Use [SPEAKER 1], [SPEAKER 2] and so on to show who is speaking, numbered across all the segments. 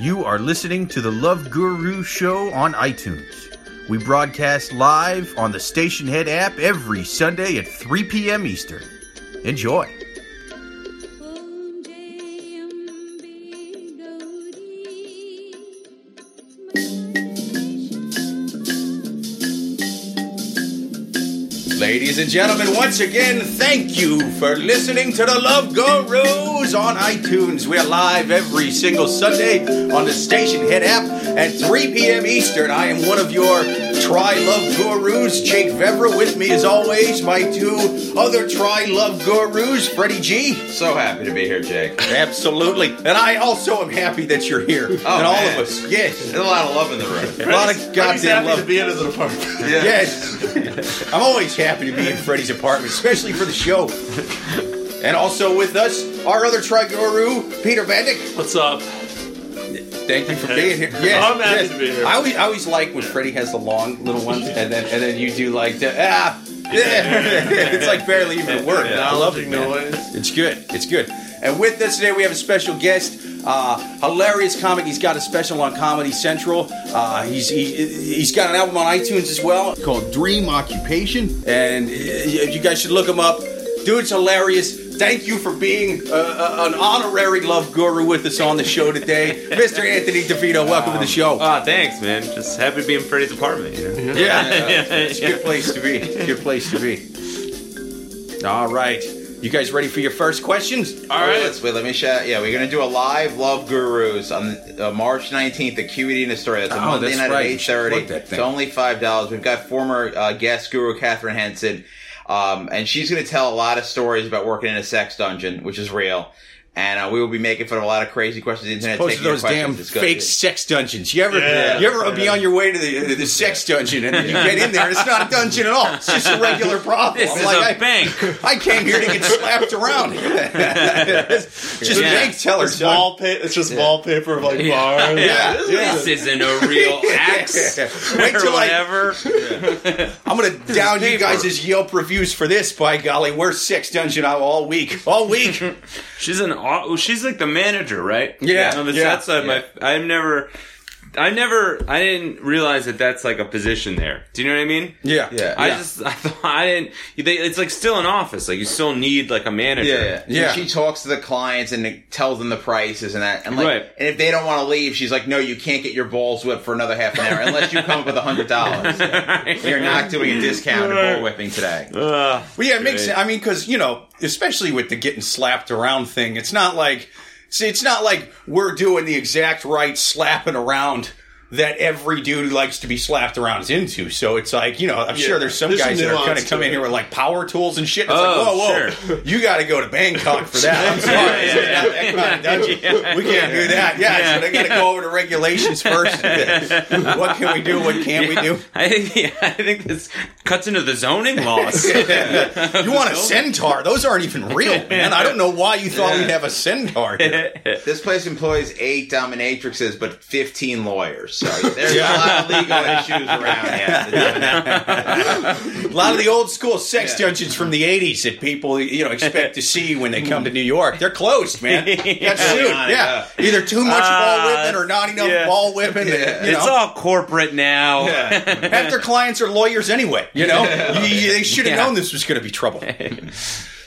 [SPEAKER 1] You are listening to the Love Guru Show on iTunes. We broadcast live on the Station Head app every Sunday at 3 p.m. Eastern. Enjoy. Ladies and gentlemen, once again, thank you for listening to the Love Gurus on iTunes. We are live every single Sunday on the Station Hit app at 3 p.m. Eastern. I am one of your Tri Love Gurus, Jake Vevra. With me, as always, my two other Tri Love Gurus, Freddie G.
[SPEAKER 2] So happy to be here, Jake.
[SPEAKER 1] Absolutely. And I also am happy that you're here. and all
[SPEAKER 2] Oh, man.
[SPEAKER 1] of us. Yes.
[SPEAKER 2] There's a lot of love in the
[SPEAKER 1] A
[SPEAKER 2] room.
[SPEAKER 1] lot of goddamn love.
[SPEAKER 3] be in his apartment.
[SPEAKER 2] Yeah.
[SPEAKER 1] Yes. I'm always happy to be in Freddie's apartment, especially for the show. And also with us, our other Triguru, Peter Bendick.
[SPEAKER 3] What's up?
[SPEAKER 1] Thank you for being here. Yes,
[SPEAKER 3] I'm happy
[SPEAKER 1] yes.
[SPEAKER 3] to be here.
[SPEAKER 1] I always, I always like when Freddie has the long little ones, and then and then you do like the ah. yeah. it's like barely even a word.
[SPEAKER 2] Yeah.
[SPEAKER 1] I love it, man.
[SPEAKER 3] noise.
[SPEAKER 1] It's good. It's good. And with us today, we have a special guest, uh, hilarious comic. He's got a special on Comedy Central. Uh, he's he, he's got an album on iTunes as well called Dream Occupation, and uh, you guys should look him up. Dude's hilarious. Thank you for being uh, uh, an honorary love guru with us on the show today, Mr. Anthony DeVito. Welcome to the show.
[SPEAKER 2] Ah, thanks, man. Just happy to be in Freddie's apartment. You know?
[SPEAKER 1] yeah, it's a good place to be. Good place to be. All right, you guys ready for your first questions?
[SPEAKER 3] All
[SPEAKER 2] Alright,
[SPEAKER 3] right.
[SPEAKER 2] let's wait. Let me shout. Yeah, we're gonna do a live Love Gurus on uh, March 19th at QED E in Astoria. It's a
[SPEAKER 1] Oh,
[SPEAKER 2] Monday
[SPEAKER 1] that's
[SPEAKER 2] night
[SPEAKER 1] right.
[SPEAKER 2] at
[SPEAKER 1] Look at
[SPEAKER 2] 8:30.
[SPEAKER 1] that
[SPEAKER 2] It's
[SPEAKER 1] thing.
[SPEAKER 2] only five dollars. We've got former uh, guest guru Catherine Henson, um, and she's gonna tell a lot of stories about working in a sex dungeon, which is real. And uh, we will be making fun of a lot of crazy questions. The internet
[SPEAKER 1] Most
[SPEAKER 2] taking
[SPEAKER 1] of
[SPEAKER 2] your
[SPEAKER 1] those damn
[SPEAKER 2] questions. It's good.
[SPEAKER 1] fake sex dungeons. You ever,
[SPEAKER 3] Yeah.
[SPEAKER 1] you ever be on your way to the, the sex dungeon and you get in there and it's not a dungeon at all. It's just a regular problem.
[SPEAKER 4] This
[SPEAKER 1] I'm
[SPEAKER 4] is
[SPEAKER 1] like,
[SPEAKER 4] a
[SPEAKER 1] I-
[SPEAKER 4] bank.
[SPEAKER 1] I came here to get slapped around. just
[SPEAKER 4] Yeah.
[SPEAKER 1] bank tellers.
[SPEAKER 3] Wallpa- it's just wallpaper of like bars.
[SPEAKER 1] Yeah.
[SPEAKER 4] This isn't a real axe
[SPEAKER 1] Yeah. Wait
[SPEAKER 4] or
[SPEAKER 1] till I,
[SPEAKER 4] whatever.
[SPEAKER 1] I'm going to down you
[SPEAKER 4] paper.
[SPEAKER 1] guys' Yelp reviews for this. By golly, we're sex dungeon out all week. All week.
[SPEAKER 4] She's an au- she's like the manager, right?
[SPEAKER 1] Yeah,
[SPEAKER 4] On the
[SPEAKER 1] yeah,
[SPEAKER 4] set side, uh, my I've never. I never, I didn't realize that that's like a position there. Do you know what I mean?
[SPEAKER 1] Yeah.
[SPEAKER 2] Yeah.
[SPEAKER 4] I just, I thought I didn't. They, it's like still an office. Like you still need like a manager.
[SPEAKER 2] Yeah,
[SPEAKER 1] Yeah.
[SPEAKER 2] yeah. She talks to the clients and tells them the prices and that, and like,
[SPEAKER 4] Right.
[SPEAKER 2] and if they don't want to leave, she's like, "No, you can't get your balls whipped for another half an hour unless you come up with a hundred dollars. You're not doing a discount of ball whipping today."
[SPEAKER 4] Ugh.
[SPEAKER 1] Well, yeah, it makes
[SPEAKER 4] Great.
[SPEAKER 1] sense. I mean, because you know, especially with the getting slapped around thing, it's not like see, it's not like we're doing the exact right slapping around that every dude who likes to be slapped around is into. So it's like you know, I'm sure there's some
[SPEAKER 3] there's
[SPEAKER 1] guys that are
[SPEAKER 3] nuance
[SPEAKER 1] kind of
[SPEAKER 3] to
[SPEAKER 1] coming in
[SPEAKER 3] it.
[SPEAKER 1] here with like power tools and shit. And it's
[SPEAKER 4] Oh,
[SPEAKER 1] like, whoa, whoa, you got to go to Bangkok for that. I'm sorry,
[SPEAKER 4] Yeah, yeah, yeah.
[SPEAKER 1] That kind of dungeon. we can't do that. Yeah,
[SPEAKER 4] Yeah.
[SPEAKER 1] so they got to go over the regulations first. what can we do? What can't we do?
[SPEAKER 4] I think, yeah, I think this cuts into the zoning laws.
[SPEAKER 1] You want a centaur? Those aren't even real, man. I don't know why you thought we'd have a centaur. Here.
[SPEAKER 2] This place employs eight dominatrixes but fifteen lawyers, so there's a lot of legal issues around. Yeah,
[SPEAKER 1] A lot of the old school sex
[SPEAKER 2] Yeah.
[SPEAKER 1] dungeons from the '80s that people you know expect to see when they come to New York, they're closed, man. That's sued.
[SPEAKER 2] Yeah.
[SPEAKER 1] Yeah, either too much ball whipping or not enough
[SPEAKER 4] yeah.
[SPEAKER 1] ball whipping.
[SPEAKER 2] Yeah.
[SPEAKER 1] You
[SPEAKER 4] It's
[SPEAKER 1] know,
[SPEAKER 4] all corporate now.
[SPEAKER 1] half their clients are lawyers anyway. You know, You- you- they should have
[SPEAKER 4] Yeah.
[SPEAKER 1] known this was going to be trouble.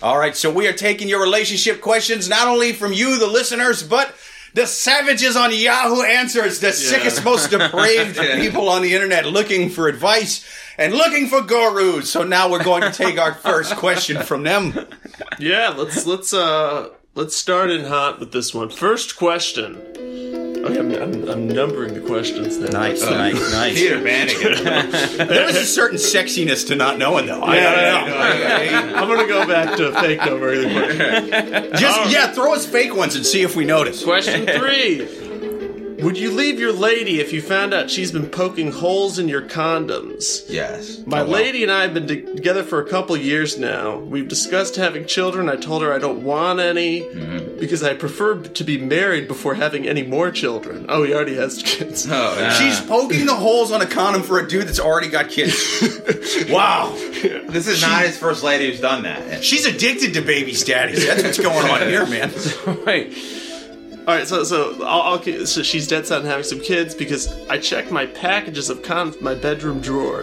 [SPEAKER 1] all right, so we are taking your relationship questions not only from you, the listeners, but the savages on Yahoo Answers, the sickest, most depraved people on the internet looking for advice and looking for gurus. So now we're going to take our first question from them.
[SPEAKER 3] Yeah, let's let's uh let's start in hot with this one. First question. Okay, I'm, I'm, I'm numbering the questions now.
[SPEAKER 1] nice, nice.
[SPEAKER 2] Peter Bannigan.
[SPEAKER 1] There was a certain sexiness to not knowing, though. I don't know.
[SPEAKER 3] I'm gonna go back to fake numbering the question.
[SPEAKER 4] Oh.
[SPEAKER 1] Just yeah, throw us fake ones and see if we notice.
[SPEAKER 3] Question three. Would you leave your lady if you found out she's been poking holes in your condoms?
[SPEAKER 2] yes. Oh,
[SPEAKER 3] My lady and I have been to- together for a couple years now. We've discussed having children. I told her I don't want any because I prefer b- to be married before having any more children. Oh, he already has kids.
[SPEAKER 2] Oh, yeah.
[SPEAKER 1] She's
[SPEAKER 4] Uh.
[SPEAKER 1] poking the holes on a condom for a dude that's already got kids. wow.
[SPEAKER 2] this is not his first lady who's done that.
[SPEAKER 1] She's addicted to baby's daddies. That's what's going on here, man.
[SPEAKER 4] Wait.
[SPEAKER 3] All All right, so so I'll, I'll so she's dead set on having some kids because I checked my packages of condoms in my bedroom drawer,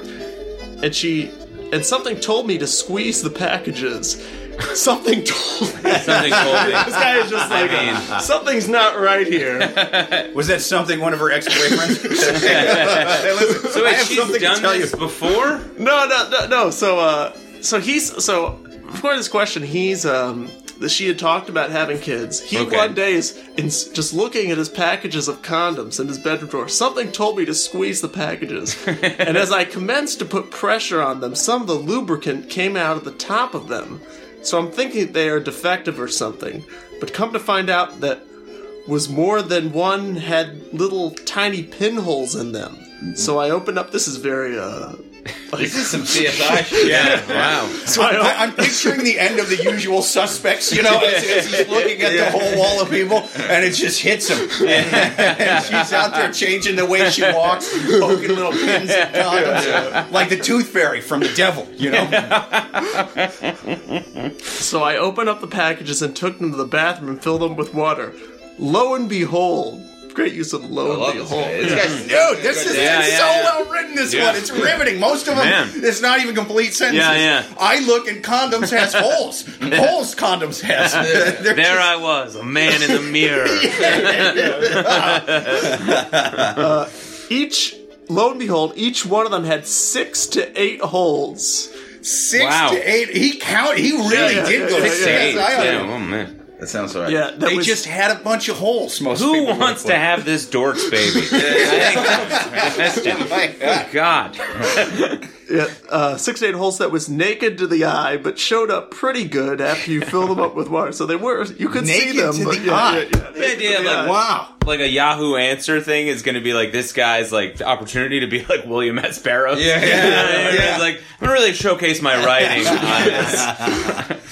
[SPEAKER 3] and she and something told me to squeeze the packages. Something told me.
[SPEAKER 4] Something
[SPEAKER 3] This
[SPEAKER 4] told me.
[SPEAKER 3] guy is just like
[SPEAKER 4] mean-
[SPEAKER 3] something's not right here.
[SPEAKER 1] Was that something one of her ex-boyfriends?
[SPEAKER 2] Hey, listen,
[SPEAKER 4] So
[SPEAKER 2] I
[SPEAKER 4] wait,
[SPEAKER 2] have
[SPEAKER 4] she's
[SPEAKER 2] something to
[SPEAKER 4] done
[SPEAKER 2] tell
[SPEAKER 4] this
[SPEAKER 2] you.
[SPEAKER 4] before?
[SPEAKER 3] No, no, no, no. So uh, so he's so before this question, he's um. that She had talked about having kids. He
[SPEAKER 4] Okay.
[SPEAKER 3] one day is in, just looking at his packages of condoms in his bedroom drawer. Something told me to squeeze the packages, and as I commenced to put pressure on them, some of the lubricant came out of the top of them. So I'm thinking they are defective or something. But come to find out that was more than one had little tiny pinholes in them. So I opened up. This is very uh. Like,
[SPEAKER 2] Some CSI shit.
[SPEAKER 4] Yeah. Wow.
[SPEAKER 3] so I,
[SPEAKER 1] I, I'm picturing the end of the usual suspects, you know, as, as he's looking at the whole wall of people, and it just hits him. and she's out there changing the way she walks, poking little pins and condoms, like the tooth fairy from the devil, you know.
[SPEAKER 3] So I opened up the packages and took them to the bathroom and filled them with water. Lo and behold, great use of
[SPEAKER 2] I
[SPEAKER 3] lo
[SPEAKER 2] love
[SPEAKER 3] and
[SPEAKER 2] this guy.
[SPEAKER 3] behold.
[SPEAKER 2] This guy's-
[SPEAKER 1] Dude, this is
[SPEAKER 4] Yeah,
[SPEAKER 1] it's
[SPEAKER 4] yeah,
[SPEAKER 1] so
[SPEAKER 4] yeah.
[SPEAKER 1] well written. This
[SPEAKER 4] Yeah.
[SPEAKER 1] one, it's riveting. Most of them,
[SPEAKER 4] Man.
[SPEAKER 1] it's not even complete sentences.
[SPEAKER 4] Yeah, yeah.
[SPEAKER 1] I look, and condoms has holes. holes, condoms has. They're
[SPEAKER 4] There I was, a man in the mirror.
[SPEAKER 3] Each, lo and behold, each one of them had six to eight holes.
[SPEAKER 1] six
[SPEAKER 4] Wow.
[SPEAKER 1] to eight. He count. He really
[SPEAKER 3] Yeah, yeah,
[SPEAKER 1] did
[SPEAKER 3] yeah,
[SPEAKER 1] go
[SPEAKER 3] yeah,
[SPEAKER 1] six
[SPEAKER 3] yeah.
[SPEAKER 1] to
[SPEAKER 4] Eight.
[SPEAKER 1] eight. I-
[SPEAKER 4] Yeah, oh man.
[SPEAKER 2] That sounds right.
[SPEAKER 3] Yeah, that
[SPEAKER 1] They
[SPEAKER 3] was
[SPEAKER 1] just had a bunch of holes. Most
[SPEAKER 4] Who
[SPEAKER 1] people
[SPEAKER 4] wants to have this dork's baby? I think that's the
[SPEAKER 2] Oh
[SPEAKER 4] question.
[SPEAKER 1] have?
[SPEAKER 4] God.
[SPEAKER 3] yeah, uh, six to eight holes that was naked to the eye, but showed up pretty good after you filled them up with water. So they were you could
[SPEAKER 1] Naked
[SPEAKER 3] see them.
[SPEAKER 1] to
[SPEAKER 3] but
[SPEAKER 1] the
[SPEAKER 3] yeah,
[SPEAKER 1] eye.
[SPEAKER 3] yeah, yeah,
[SPEAKER 4] The idea of
[SPEAKER 3] Yeah.
[SPEAKER 4] like,
[SPEAKER 1] Wow.
[SPEAKER 4] like a Yahoo answer thing is going to be like this guy's like opportunity to be like William S. Barrows.
[SPEAKER 2] Yeah, yeah,
[SPEAKER 1] yeah.
[SPEAKER 4] It's like I'm gonna really showcase my writing on this.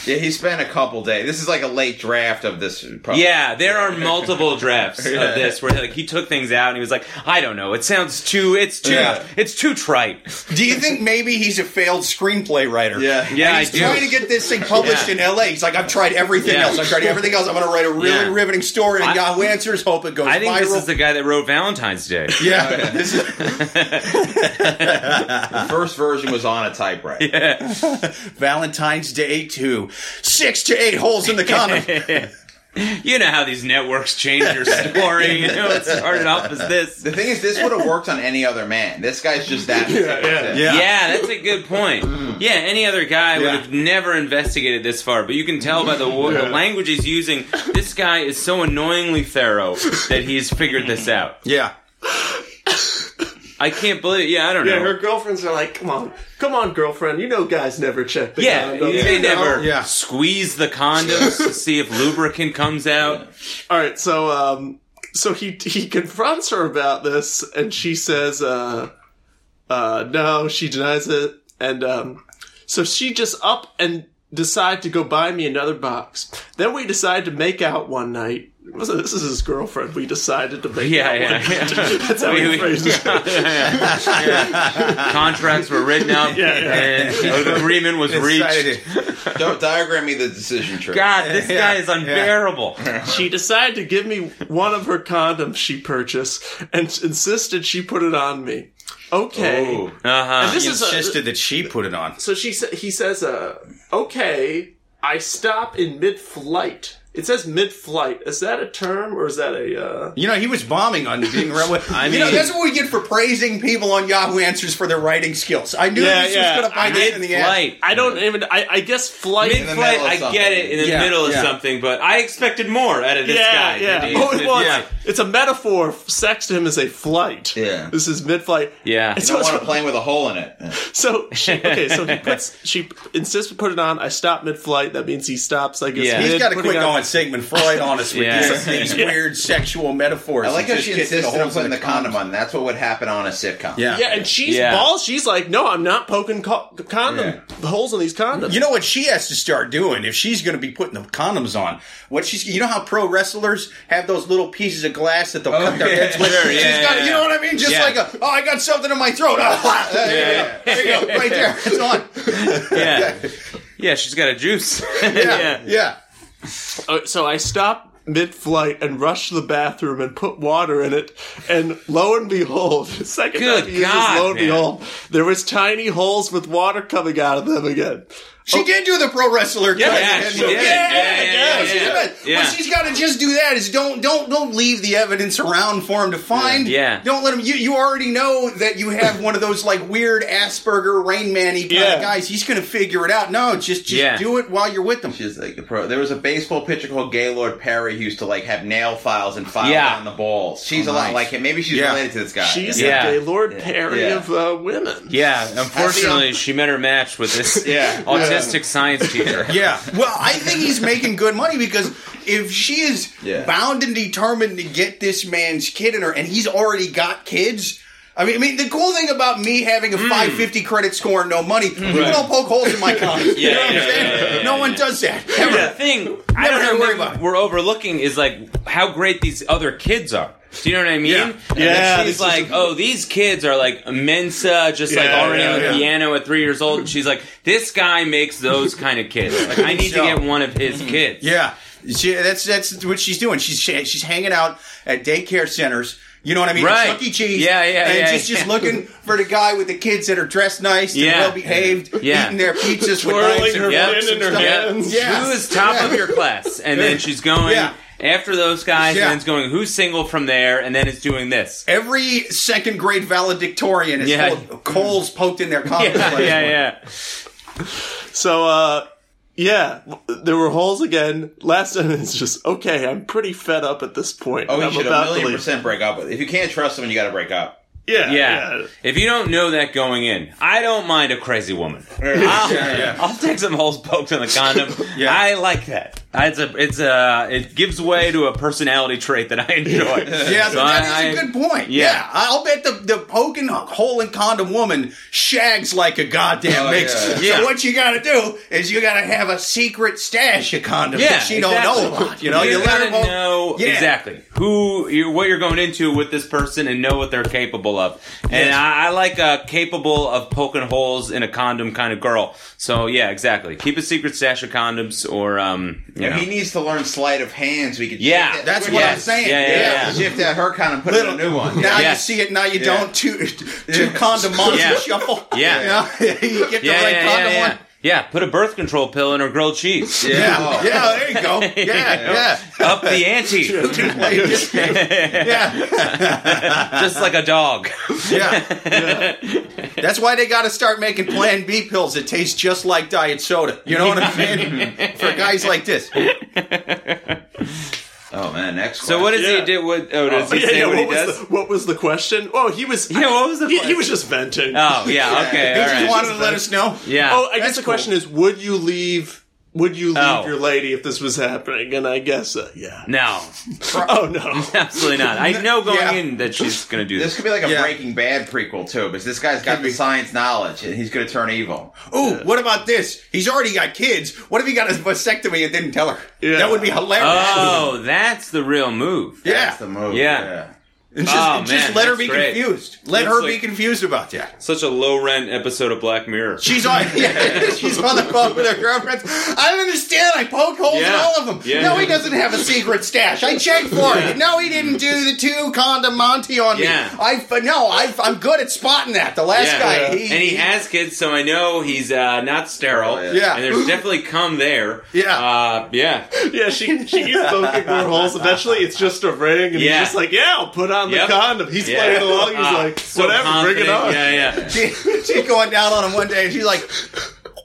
[SPEAKER 2] Yeah, he spent a couple days. This is like a late draft of this. Probably.
[SPEAKER 4] Yeah, there are multiple drafts
[SPEAKER 2] Yeah.
[SPEAKER 4] of this where like he took things out and he was like, I don't know, it sounds too, it's too,
[SPEAKER 1] Yeah.
[SPEAKER 4] it's too trite.
[SPEAKER 1] Do you think maybe he's a failed screenplay writer?
[SPEAKER 2] Yeah.
[SPEAKER 4] Yeah,
[SPEAKER 1] And
[SPEAKER 4] I
[SPEAKER 1] he's
[SPEAKER 4] do.
[SPEAKER 1] trying to get this thing published
[SPEAKER 4] Yeah.
[SPEAKER 1] in L.A. He's like, I've tried everything
[SPEAKER 4] Yeah.
[SPEAKER 1] else. I've tried everything else. I'm going to write a really
[SPEAKER 4] Yeah.
[SPEAKER 1] riveting story in
[SPEAKER 4] I-
[SPEAKER 1] Yahoo Answers. Hope it goes
[SPEAKER 4] I think
[SPEAKER 1] viral.
[SPEAKER 4] this is the guy that wrote Valentine's Day.
[SPEAKER 1] yeah. This is-
[SPEAKER 2] The first version was on a typewriter.
[SPEAKER 1] Valentine's Day two, six to eight holes in the condom.
[SPEAKER 4] You know how these networks change your story. you know, it started off as this.
[SPEAKER 2] The thing is, this would have worked on any other man. This guy's just that. yeah,
[SPEAKER 1] yeah.
[SPEAKER 4] Yeah, that's a good point.
[SPEAKER 3] Mm.
[SPEAKER 4] Yeah, any other guy would
[SPEAKER 1] Yeah.
[SPEAKER 4] have never investigated this far, but you can tell by the, wo- the language he's using. This guy is so annoyingly thorough that he's figured this out.
[SPEAKER 1] yeah.
[SPEAKER 4] I can't believe. Yeah, I don't
[SPEAKER 3] Yeah,
[SPEAKER 4] know.
[SPEAKER 3] her girlfriends are like, come on, come on, girlfriend. You know, guys never check uh, the
[SPEAKER 4] yeah,
[SPEAKER 3] condoms.
[SPEAKER 4] they
[SPEAKER 3] You know?
[SPEAKER 4] never
[SPEAKER 1] Yeah.
[SPEAKER 4] squeeze the condoms to see if lubricant comes out.
[SPEAKER 3] All right, so um, so he he confronts her about this, and she says, uh, uh, no, she denies it, and um, so she just up and decide to go buy me another box. Then we decide to make out one night. Was it- This is his girlfriend. We decided to make
[SPEAKER 4] Yeah,
[SPEAKER 3] out
[SPEAKER 4] yeah,
[SPEAKER 3] one night.
[SPEAKER 4] yeah.
[SPEAKER 3] That's how
[SPEAKER 4] We-
[SPEAKER 3] he
[SPEAKER 4] we-
[SPEAKER 3] phrased it.
[SPEAKER 4] Contracts were written up,
[SPEAKER 3] Yeah, yeah.
[SPEAKER 4] and an agreement was reached.
[SPEAKER 1] Excited.
[SPEAKER 2] Don't diagram me the decision tree.
[SPEAKER 4] God, this
[SPEAKER 1] Yeah,
[SPEAKER 4] guy is unbearable.
[SPEAKER 3] She decided to give me one of her condoms she purchased and insisted she put it on me. Okay.
[SPEAKER 1] Ooh.
[SPEAKER 4] Uh huh.
[SPEAKER 3] This
[SPEAKER 1] He
[SPEAKER 3] is a-
[SPEAKER 1] insisted that she put it on.
[SPEAKER 3] So she sa- he says, uh, "Okay, I stop in mid-flight." It says mid-flight. Is that a term or is that a? Uh...
[SPEAKER 1] You know, he was bombing on being real. I you know,
[SPEAKER 4] mean-
[SPEAKER 1] that's what we get for praising people on Yahoo Answers for their writing skills. I knew
[SPEAKER 3] Yeah,
[SPEAKER 1] this
[SPEAKER 3] yeah.
[SPEAKER 1] was going to bite us in the ass.
[SPEAKER 4] Mid-flight.
[SPEAKER 3] I don't even. I, I guess flight.
[SPEAKER 4] Mid
[SPEAKER 2] the middle of
[SPEAKER 4] flight, I
[SPEAKER 2] something.
[SPEAKER 4] get it in the
[SPEAKER 1] Yeah,
[SPEAKER 4] middle of
[SPEAKER 1] yeah.
[SPEAKER 4] something, but I expected more out of this guy.
[SPEAKER 3] yeah, yeah.
[SPEAKER 4] than he-
[SPEAKER 3] Oh, well,
[SPEAKER 4] yeah.
[SPEAKER 3] It's, it's a metaphor. Sex to him is a flight.
[SPEAKER 2] Yeah.
[SPEAKER 3] This is mid-flight.
[SPEAKER 4] Yeah.
[SPEAKER 3] It's
[SPEAKER 2] You don't
[SPEAKER 3] also-
[SPEAKER 2] want a plane with a hole in it.
[SPEAKER 3] So she, okay, so he puts. She insists we put it on. I stop mid-flight. That means he stops. I guess
[SPEAKER 4] Yeah.
[SPEAKER 1] He's
[SPEAKER 3] mid,
[SPEAKER 1] got to
[SPEAKER 3] putting
[SPEAKER 1] quit
[SPEAKER 3] on-
[SPEAKER 1] going Sigmund Freud on us with
[SPEAKER 4] Yeah.
[SPEAKER 1] these, these weird sexual metaphors.
[SPEAKER 2] I like
[SPEAKER 1] that
[SPEAKER 2] how
[SPEAKER 1] just
[SPEAKER 2] she
[SPEAKER 1] get
[SPEAKER 2] insisted
[SPEAKER 1] holes
[SPEAKER 2] on putting the condom
[SPEAKER 1] condoms.
[SPEAKER 2] on. That's what would happen on a sitcom.
[SPEAKER 1] Yeah.
[SPEAKER 3] Yeah, and she's
[SPEAKER 4] Yeah.
[SPEAKER 3] balls. She's like, no, I'm not poking co- condom holes in these condoms.
[SPEAKER 1] You know what she has to start doing if she's going to be putting the condoms on? What she's you know how pro wrestlers have those little pieces of glass that they'll cut their heads with.
[SPEAKER 4] Sure,
[SPEAKER 1] She's
[SPEAKER 4] yeah,
[SPEAKER 1] got
[SPEAKER 4] yeah,
[SPEAKER 1] you know what I mean? Just
[SPEAKER 4] yeah.
[SPEAKER 1] like a oh, I got something in my throat. there you go, there you go, right there. It's on.
[SPEAKER 4] yeah. Yeah, she's got a juice. yeah.
[SPEAKER 1] Yeah.
[SPEAKER 3] Uh, so I stop mid flight and rush to the bathroom and put water in it. And lo and behold, the second
[SPEAKER 4] Good
[SPEAKER 3] time he uses
[SPEAKER 4] God,
[SPEAKER 3] lo and
[SPEAKER 4] man.
[SPEAKER 3] behold, there was tiny holes with water coming out of them again.
[SPEAKER 1] She did do the pro wrestler. cut.
[SPEAKER 4] Oh. yeah, she did. Yeah, yeah, yeah,
[SPEAKER 1] she
[SPEAKER 4] yeah.
[SPEAKER 1] did.
[SPEAKER 4] Yeah.
[SPEAKER 1] What she's got to just do that is don't don't don't leave the evidence around for him to find.
[SPEAKER 4] Yeah. Yeah.
[SPEAKER 1] Don't let him. You you already know that you have one of those like weird Asperger Rain Man kind
[SPEAKER 3] Yeah.
[SPEAKER 1] of guys. He's gonna figure it out. No, just just
[SPEAKER 4] Yeah.
[SPEAKER 1] do it while you're with them.
[SPEAKER 2] She's like the pro. There was a baseball pitcher called Gaylord Perry who used to like have nail files and file
[SPEAKER 4] Yeah.
[SPEAKER 2] on the balls. She's
[SPEAKER 1] Oh,
[SPEAKER 2] a lot
[SPEAKER 1] nice.
[SPEAKER 2] like him. Maybe she's
[SPEAKER 1] Yeah.
[SPEAKER 2] related to this guy.
[SPEAKER 3] She's
[SPEAKER 4] Yeah.
[SPEAKER 3] a Gaylord Perry
[SPEAKER 2] Yeah.
[SPEAKER 3] of uh, women.
[SPEAKER 4] Yeah, unfortunately, she met her match with this
[SPEAKER 2] Yeah.
[SPEAKER 4] autistic science teacher.
[SPEAKER 1] Yeah. Well, I think he's making good money because if she is
[SPEAKER 2] Yeah.
[SPEAKER 1] bound and determined to get this man's kid in her, and he's already got kids. I mean, I mean, the cool thing about me having
[SPEAKER 4] Hmm.
[SPEAKER 1] a 550 credit score and no money, people don't poke holes in my comments.
[SPEAKER 4] Mm-hmm. Yeah,
[SPEAKER 1] you know what I'm
[SPEAKER 4] yeah,
[SPEAKER 1] saying?
[SPEAKER 4] yeah, yeah,
[SPEAKER 1] no
[SPEAKER 4] yeah,
[SPEAKER 1] one
[SPEAKER 4] yeah.
[SPEAKER 1] does that. Ever.
[SPEAKER 4] The thing I
[SPEAKER 1] Never had to
[SPEAKER 4] don't
[SPEAKER 1] worry
[SPEAKER 4] know
[SPEAKER 1] about
[SPEAKER 4] that
[SPEAKER 1] it.
[SPEAKER 4] we're overlooking is like how great these other kids are. Do you know what I mean?
[SPEAKER 1] Yeah.
[SPEAKER 4] And
[SPEAKER 3] Yeah,
[SPEAKER 4] then
[SPEAKER 3] this
[SPEAKER 4] she's
[SPEAKER 3] is
[SPEAKER 4] like, oh, these kids are like Mensa, just like
[SPEAKER 3] Yeah,
[SPEAKER 4] already
[SPEAKER 3] yeah,
[SPEAKER 4] on the
[SPEAKER 3] yeah.
[SPEAKER 4] piano at three years old. And she's like, this guy makes those kind of kids. Like, I need to
[SPEAKER 1] So-
[SPEAKER 4] get one of his kids.
[SPEAKER 1] Mm-hmm. Yeah, she, that's that's what she's doing. She's she's hanging out at daycare centers. You know what I mean?
[SPEAKER 4] Right.
[SPEAKER 1] Chuck E. Cheese.
[SPEAKER 4] Yeah, yeah,
[SPEAKER 1] And
[SPEAKER 4] yeah,
[SPEAKER 1] just just
[SPEAKER 4] yeah.
[SPEAKER 1] looking for the guy with the kids that are dressed nice, and
[SPEAKER 4] Yeah.
[SPEAKER 1] well behaved,
[SPEAKER 4] Yeah.
[SPEAKER 1] eating their pizzas, with
[SPEAKER 3] Twirling
[SPEAKER 1] knives and
[SPEAKER 3] her
[SPEAKER 4] Yeah.
[SPEAKER 1] forks
[SPEAKER 3] fin in
[SPEAKER 1] and
[SPEAKER 3] her
[SPEAKER 1] stuff.
[SPEAKER 3] hands.
[SPEAKER 1] Yeah.
[SPEAKER 4] Who is top of your class? And then she's going
[SPEAKER 1] Yeah.
[SPEAKER 4] after those guys,
[SPEAKER 1] Yeah.
[SPEAKER 4] and then it's going who's single from there, and then it's doing this.
[SPEAKER 1] Every second grade valedictorian is
[SPEAKER 4] Yeah.
[SPEAKER 1] full of coals poked in their coffee.
[SPEAKER 4] Yeah, yeah, yeah.
[SPEAKER 3] So, uh, yeah, there were holes again. Last time it's just okay. I'm pretty fed up at this point.
[SPEAKER 2] Oh,
[SPEAKER 3] I'm
[SPEAKER 2] he should a
[SPEAKER 3] about to
[SPEAKER 2] million
[SPEAKER 3] leave.
[SPEAKER 2] percent break up with. If you can't trust someone, you got to break up.
[SPEAKER 3] Yeah,
[SPEAKER 4] Yeah. If you don't know that going in, I don't mind a crazy woman. I'll, I'll take some holes poked in the condom.
[SPEAKER 1] Yeah.
[SPEAKER 4] I like that. It's a, it's a, it gives way to a personality trait that I enjoy.
[SPEAKER 1] Yeah,
[SPEAKER 4] So
[SPEAKER 1] that
[SPEAKER 4] I-
[SPEAKER 1] is a
[SPEAKER 4] I-
[SPEAKER 1] good point. Yeah.
[SPEAKER 4] Yeah.
[SPEAKER 1] I'll bet the, the poking hole in condom woman shags like a goddamn
[SPEAKER 2] Oh,
[SPEAKER 1] mix.
[SPEAKER 2] yeah.
[SPEAKER 1] So
[SPEAKER 4] Yeah.
[SPEAKER 1] what you gotta do is you gotta have a secret stash of condoms
[SPEAKER 4] Yeah,
[SPEAKER 1] that she
[SPEAKER 4] exactly.
[SPEAKER 1] don't know about. You know, you, let her poke-
[SPEAKER 4] gotta know
[SPEAKER 1] Yeah.
[SPEAKER 4] exactly who you're, what you're going into with this person, and know what they're capable of. And
[SPEAKER 1] Yes.
[SPEAKER 4] I, I like a capable of poking holes in a condom kind of girl. So yeah, exactly. Keep a secret stash of condoms, or um, you know.
[SPEAKER 2] He needs to learn sleight of hand so he can.
[SPEAKER 4] Yeah.
[SPEAKER 2] shift that-
[SPEAKER 1] That's
[SPEAKER 2] switch
[SPEAKER 1] what
[SPEAKER 2] that-
[SPEAKER 1] I'm saying.
[SPEAKER 4] Yeah, yeah, yeah.
[SPEAKER 2] Shift that her kind and put
[SPEAKER 1] Little
[SPEAKER 2] in a new one.
[SPEAKER 1] Now
[SPEAKER 4] Yeah.
[SPEAKER 1] you see it, now you
[SPEAKER 2] Yeah.
[SPEAKER 1] don't. Two, two condom monster
[SPEAKER 4] Yeah.
[SPEAKER 1] shuffle.
[SPEAKER 4] Yeah.
[SPEAKER 1] You, know? You get the
[SPEAKER 4] yeah,
[SPEAKER 1] right
[SPEAKER 4] yeah,
[SPEAKER 1] condom
[SPEAKER 4] yeah, yeah.
[SPEAKER 1] one.
[SPEAKER 4] Yeah, put a birth control pill in her grilled cheese. Oh.
[SPEAKER 1] Yeah, yeah, there you go. Yeah, yeah.
[SPEAKER 4] Up the ante,
[SPEAKER 1] Two players. yeah,
[SPEAKER 4] just like a dog.
[SPEAKER 1] yeah. That's why they got to start making Plan B pills that taste just like diet soda. You know what I'm saying? For guys like this.
[SPEAKER 2] Oh man, next.
[SPEAKER 4] So
[SPEAKER 2] one.
[SPEAKER 4] what does
[SPEAKER 3] Yeah.
[SPEAKER 4] he do? What, oh, does he
[SPEAKER 3] Yeah,
[SPEAKER 4] say
[SPEAKER 3] yeah,
[SPEAKER 4] what,
[SPEAKER 3] what,
[SPEAKER 4] he
[SPEAKER 3] was
[SPEAKER 4] does?
[SPEAKER 3] the, what was the question? Oh, he was.
[SPEAKER 4] Yeah, what was the
[SPEAKER 3] he, he
[SPEAKER 4] question?
[SPEAKER 3] was just venting.
[SPEAKER 4] Oh yeah, okay,
[SPEAKER 1] They
[SPEAKER 4] all
[SPEAKER 1] just
[SPEAKER 4] right.
[SPEAKER 1] wanted to let us know.
[SPEAKER 4] yeah.
[SPEAKER 3] Oh, I
[SPEAKER 1] That's
[SPEAKER 3] guess the question is, would you leave? Would you leave
[SPEAKER 4] Oh.
[SPEAKER 3] your lady if this was happening? And I guess, uh, yeah.
[SPEAKER 4] no,
[SPEAKER 3] Oh no.
[SPEAKER 4] absolutely not. I know going
[SPEAKER 1] Yeah.
[SPEAKER 4] in that she's gonna do
[SPEAKER 2] This
[SPEAKER 4] this.
[SPEAKER 2] could be like a
[SPEAKER 1] Yeah.
[SPEAKER 2] Breaking Bad prequel too, because this guy's got the science knowledge and he's going to turn evil.
[SPEAKER 1] Ooh, what about this? He's already got kids. What if he got a vasectomy and didn't tell her?
[SPEAKER 3] Yeah.
[SPEAKER 1] That would be hilarious.
[SPEAKER 4] Oh, that's the real move.
[SPEAKER 1] yeah.
[SPEAKER 2] That's the move.
[SPEAKER 4] Yeah.
[SPEAKER 1] And just,
[SPEAKER 4] Oh,
[SPEAKER 1] and just
[SPEAKER 4] man,
[SPEAKER 1] let her
[SPEAKER 4] that's
[SPEAKER 1] be
[SPEAKER 4] great.
[SPEAKER 1] confused. Let
[SPEAKER 4] Looks
[SPEAKER 1] her be
[SPEAKER 4] like-
[SPEAKER 1] confused about that.
[SPEAKER 4] Such a low rent episode of Black Mirror.
[SPEAKER 1] She's on. Yeah, she's on the phone with her girlfriends. I don't understand. I poked holes in
[SPEAKER 4] Yeah.
[SPEAKER 1] all of them.
[SPEAKER 4] Yeah.
[SPEAKER 1] no, he doesn't have a secret stash. I checked for it. No, he didn't do the two condom Monty on
[SPEAKER 4] Yeah.
[SPEAKER 1] me. I f- no, I, I'm good at spotting that. The last
[SPEAKER 4] Yeah.
[SPEAKER 1] guy,
[SPEAKER 4] and
[SPEAKER 1] he,
[SPEAKER 4] he has kids, so I know he's uh, not sterile.
[SPEAKER 2] Oh, yeah.
[SPEAKER 1] Yeah.
[SPEAKER 4] and there's definitely cum there.
[SPEAKER 1] Yeah.
[SPEAKER 4] uh, yeah.
[SPEAKER 3] Yeah, she she keeps poking her holes. Eventually, it's just a ring, and
[SPEAKER 4] Yeah.
[SPEAKER 3] he's just like, "Yeah, I'll put on
[SPEAKER 4] Yep.
[SPEAKER 3] the condom." He's
[SPEAKER 4] Yeah.
[SPEAKER 3] playing along. He's
[SPEAKER 4] Ah,
[SPEAKER 3] like,
[SPEAKER 4] so
[SPEAKER 3] "Whatever, bring it
[SPEAKER 4] confident.
[SPEAKER 3] on."
[SPEAKER 4] Yeah, yeah.
[SPEAKER 1] she, she's going down on him one day, and she's like.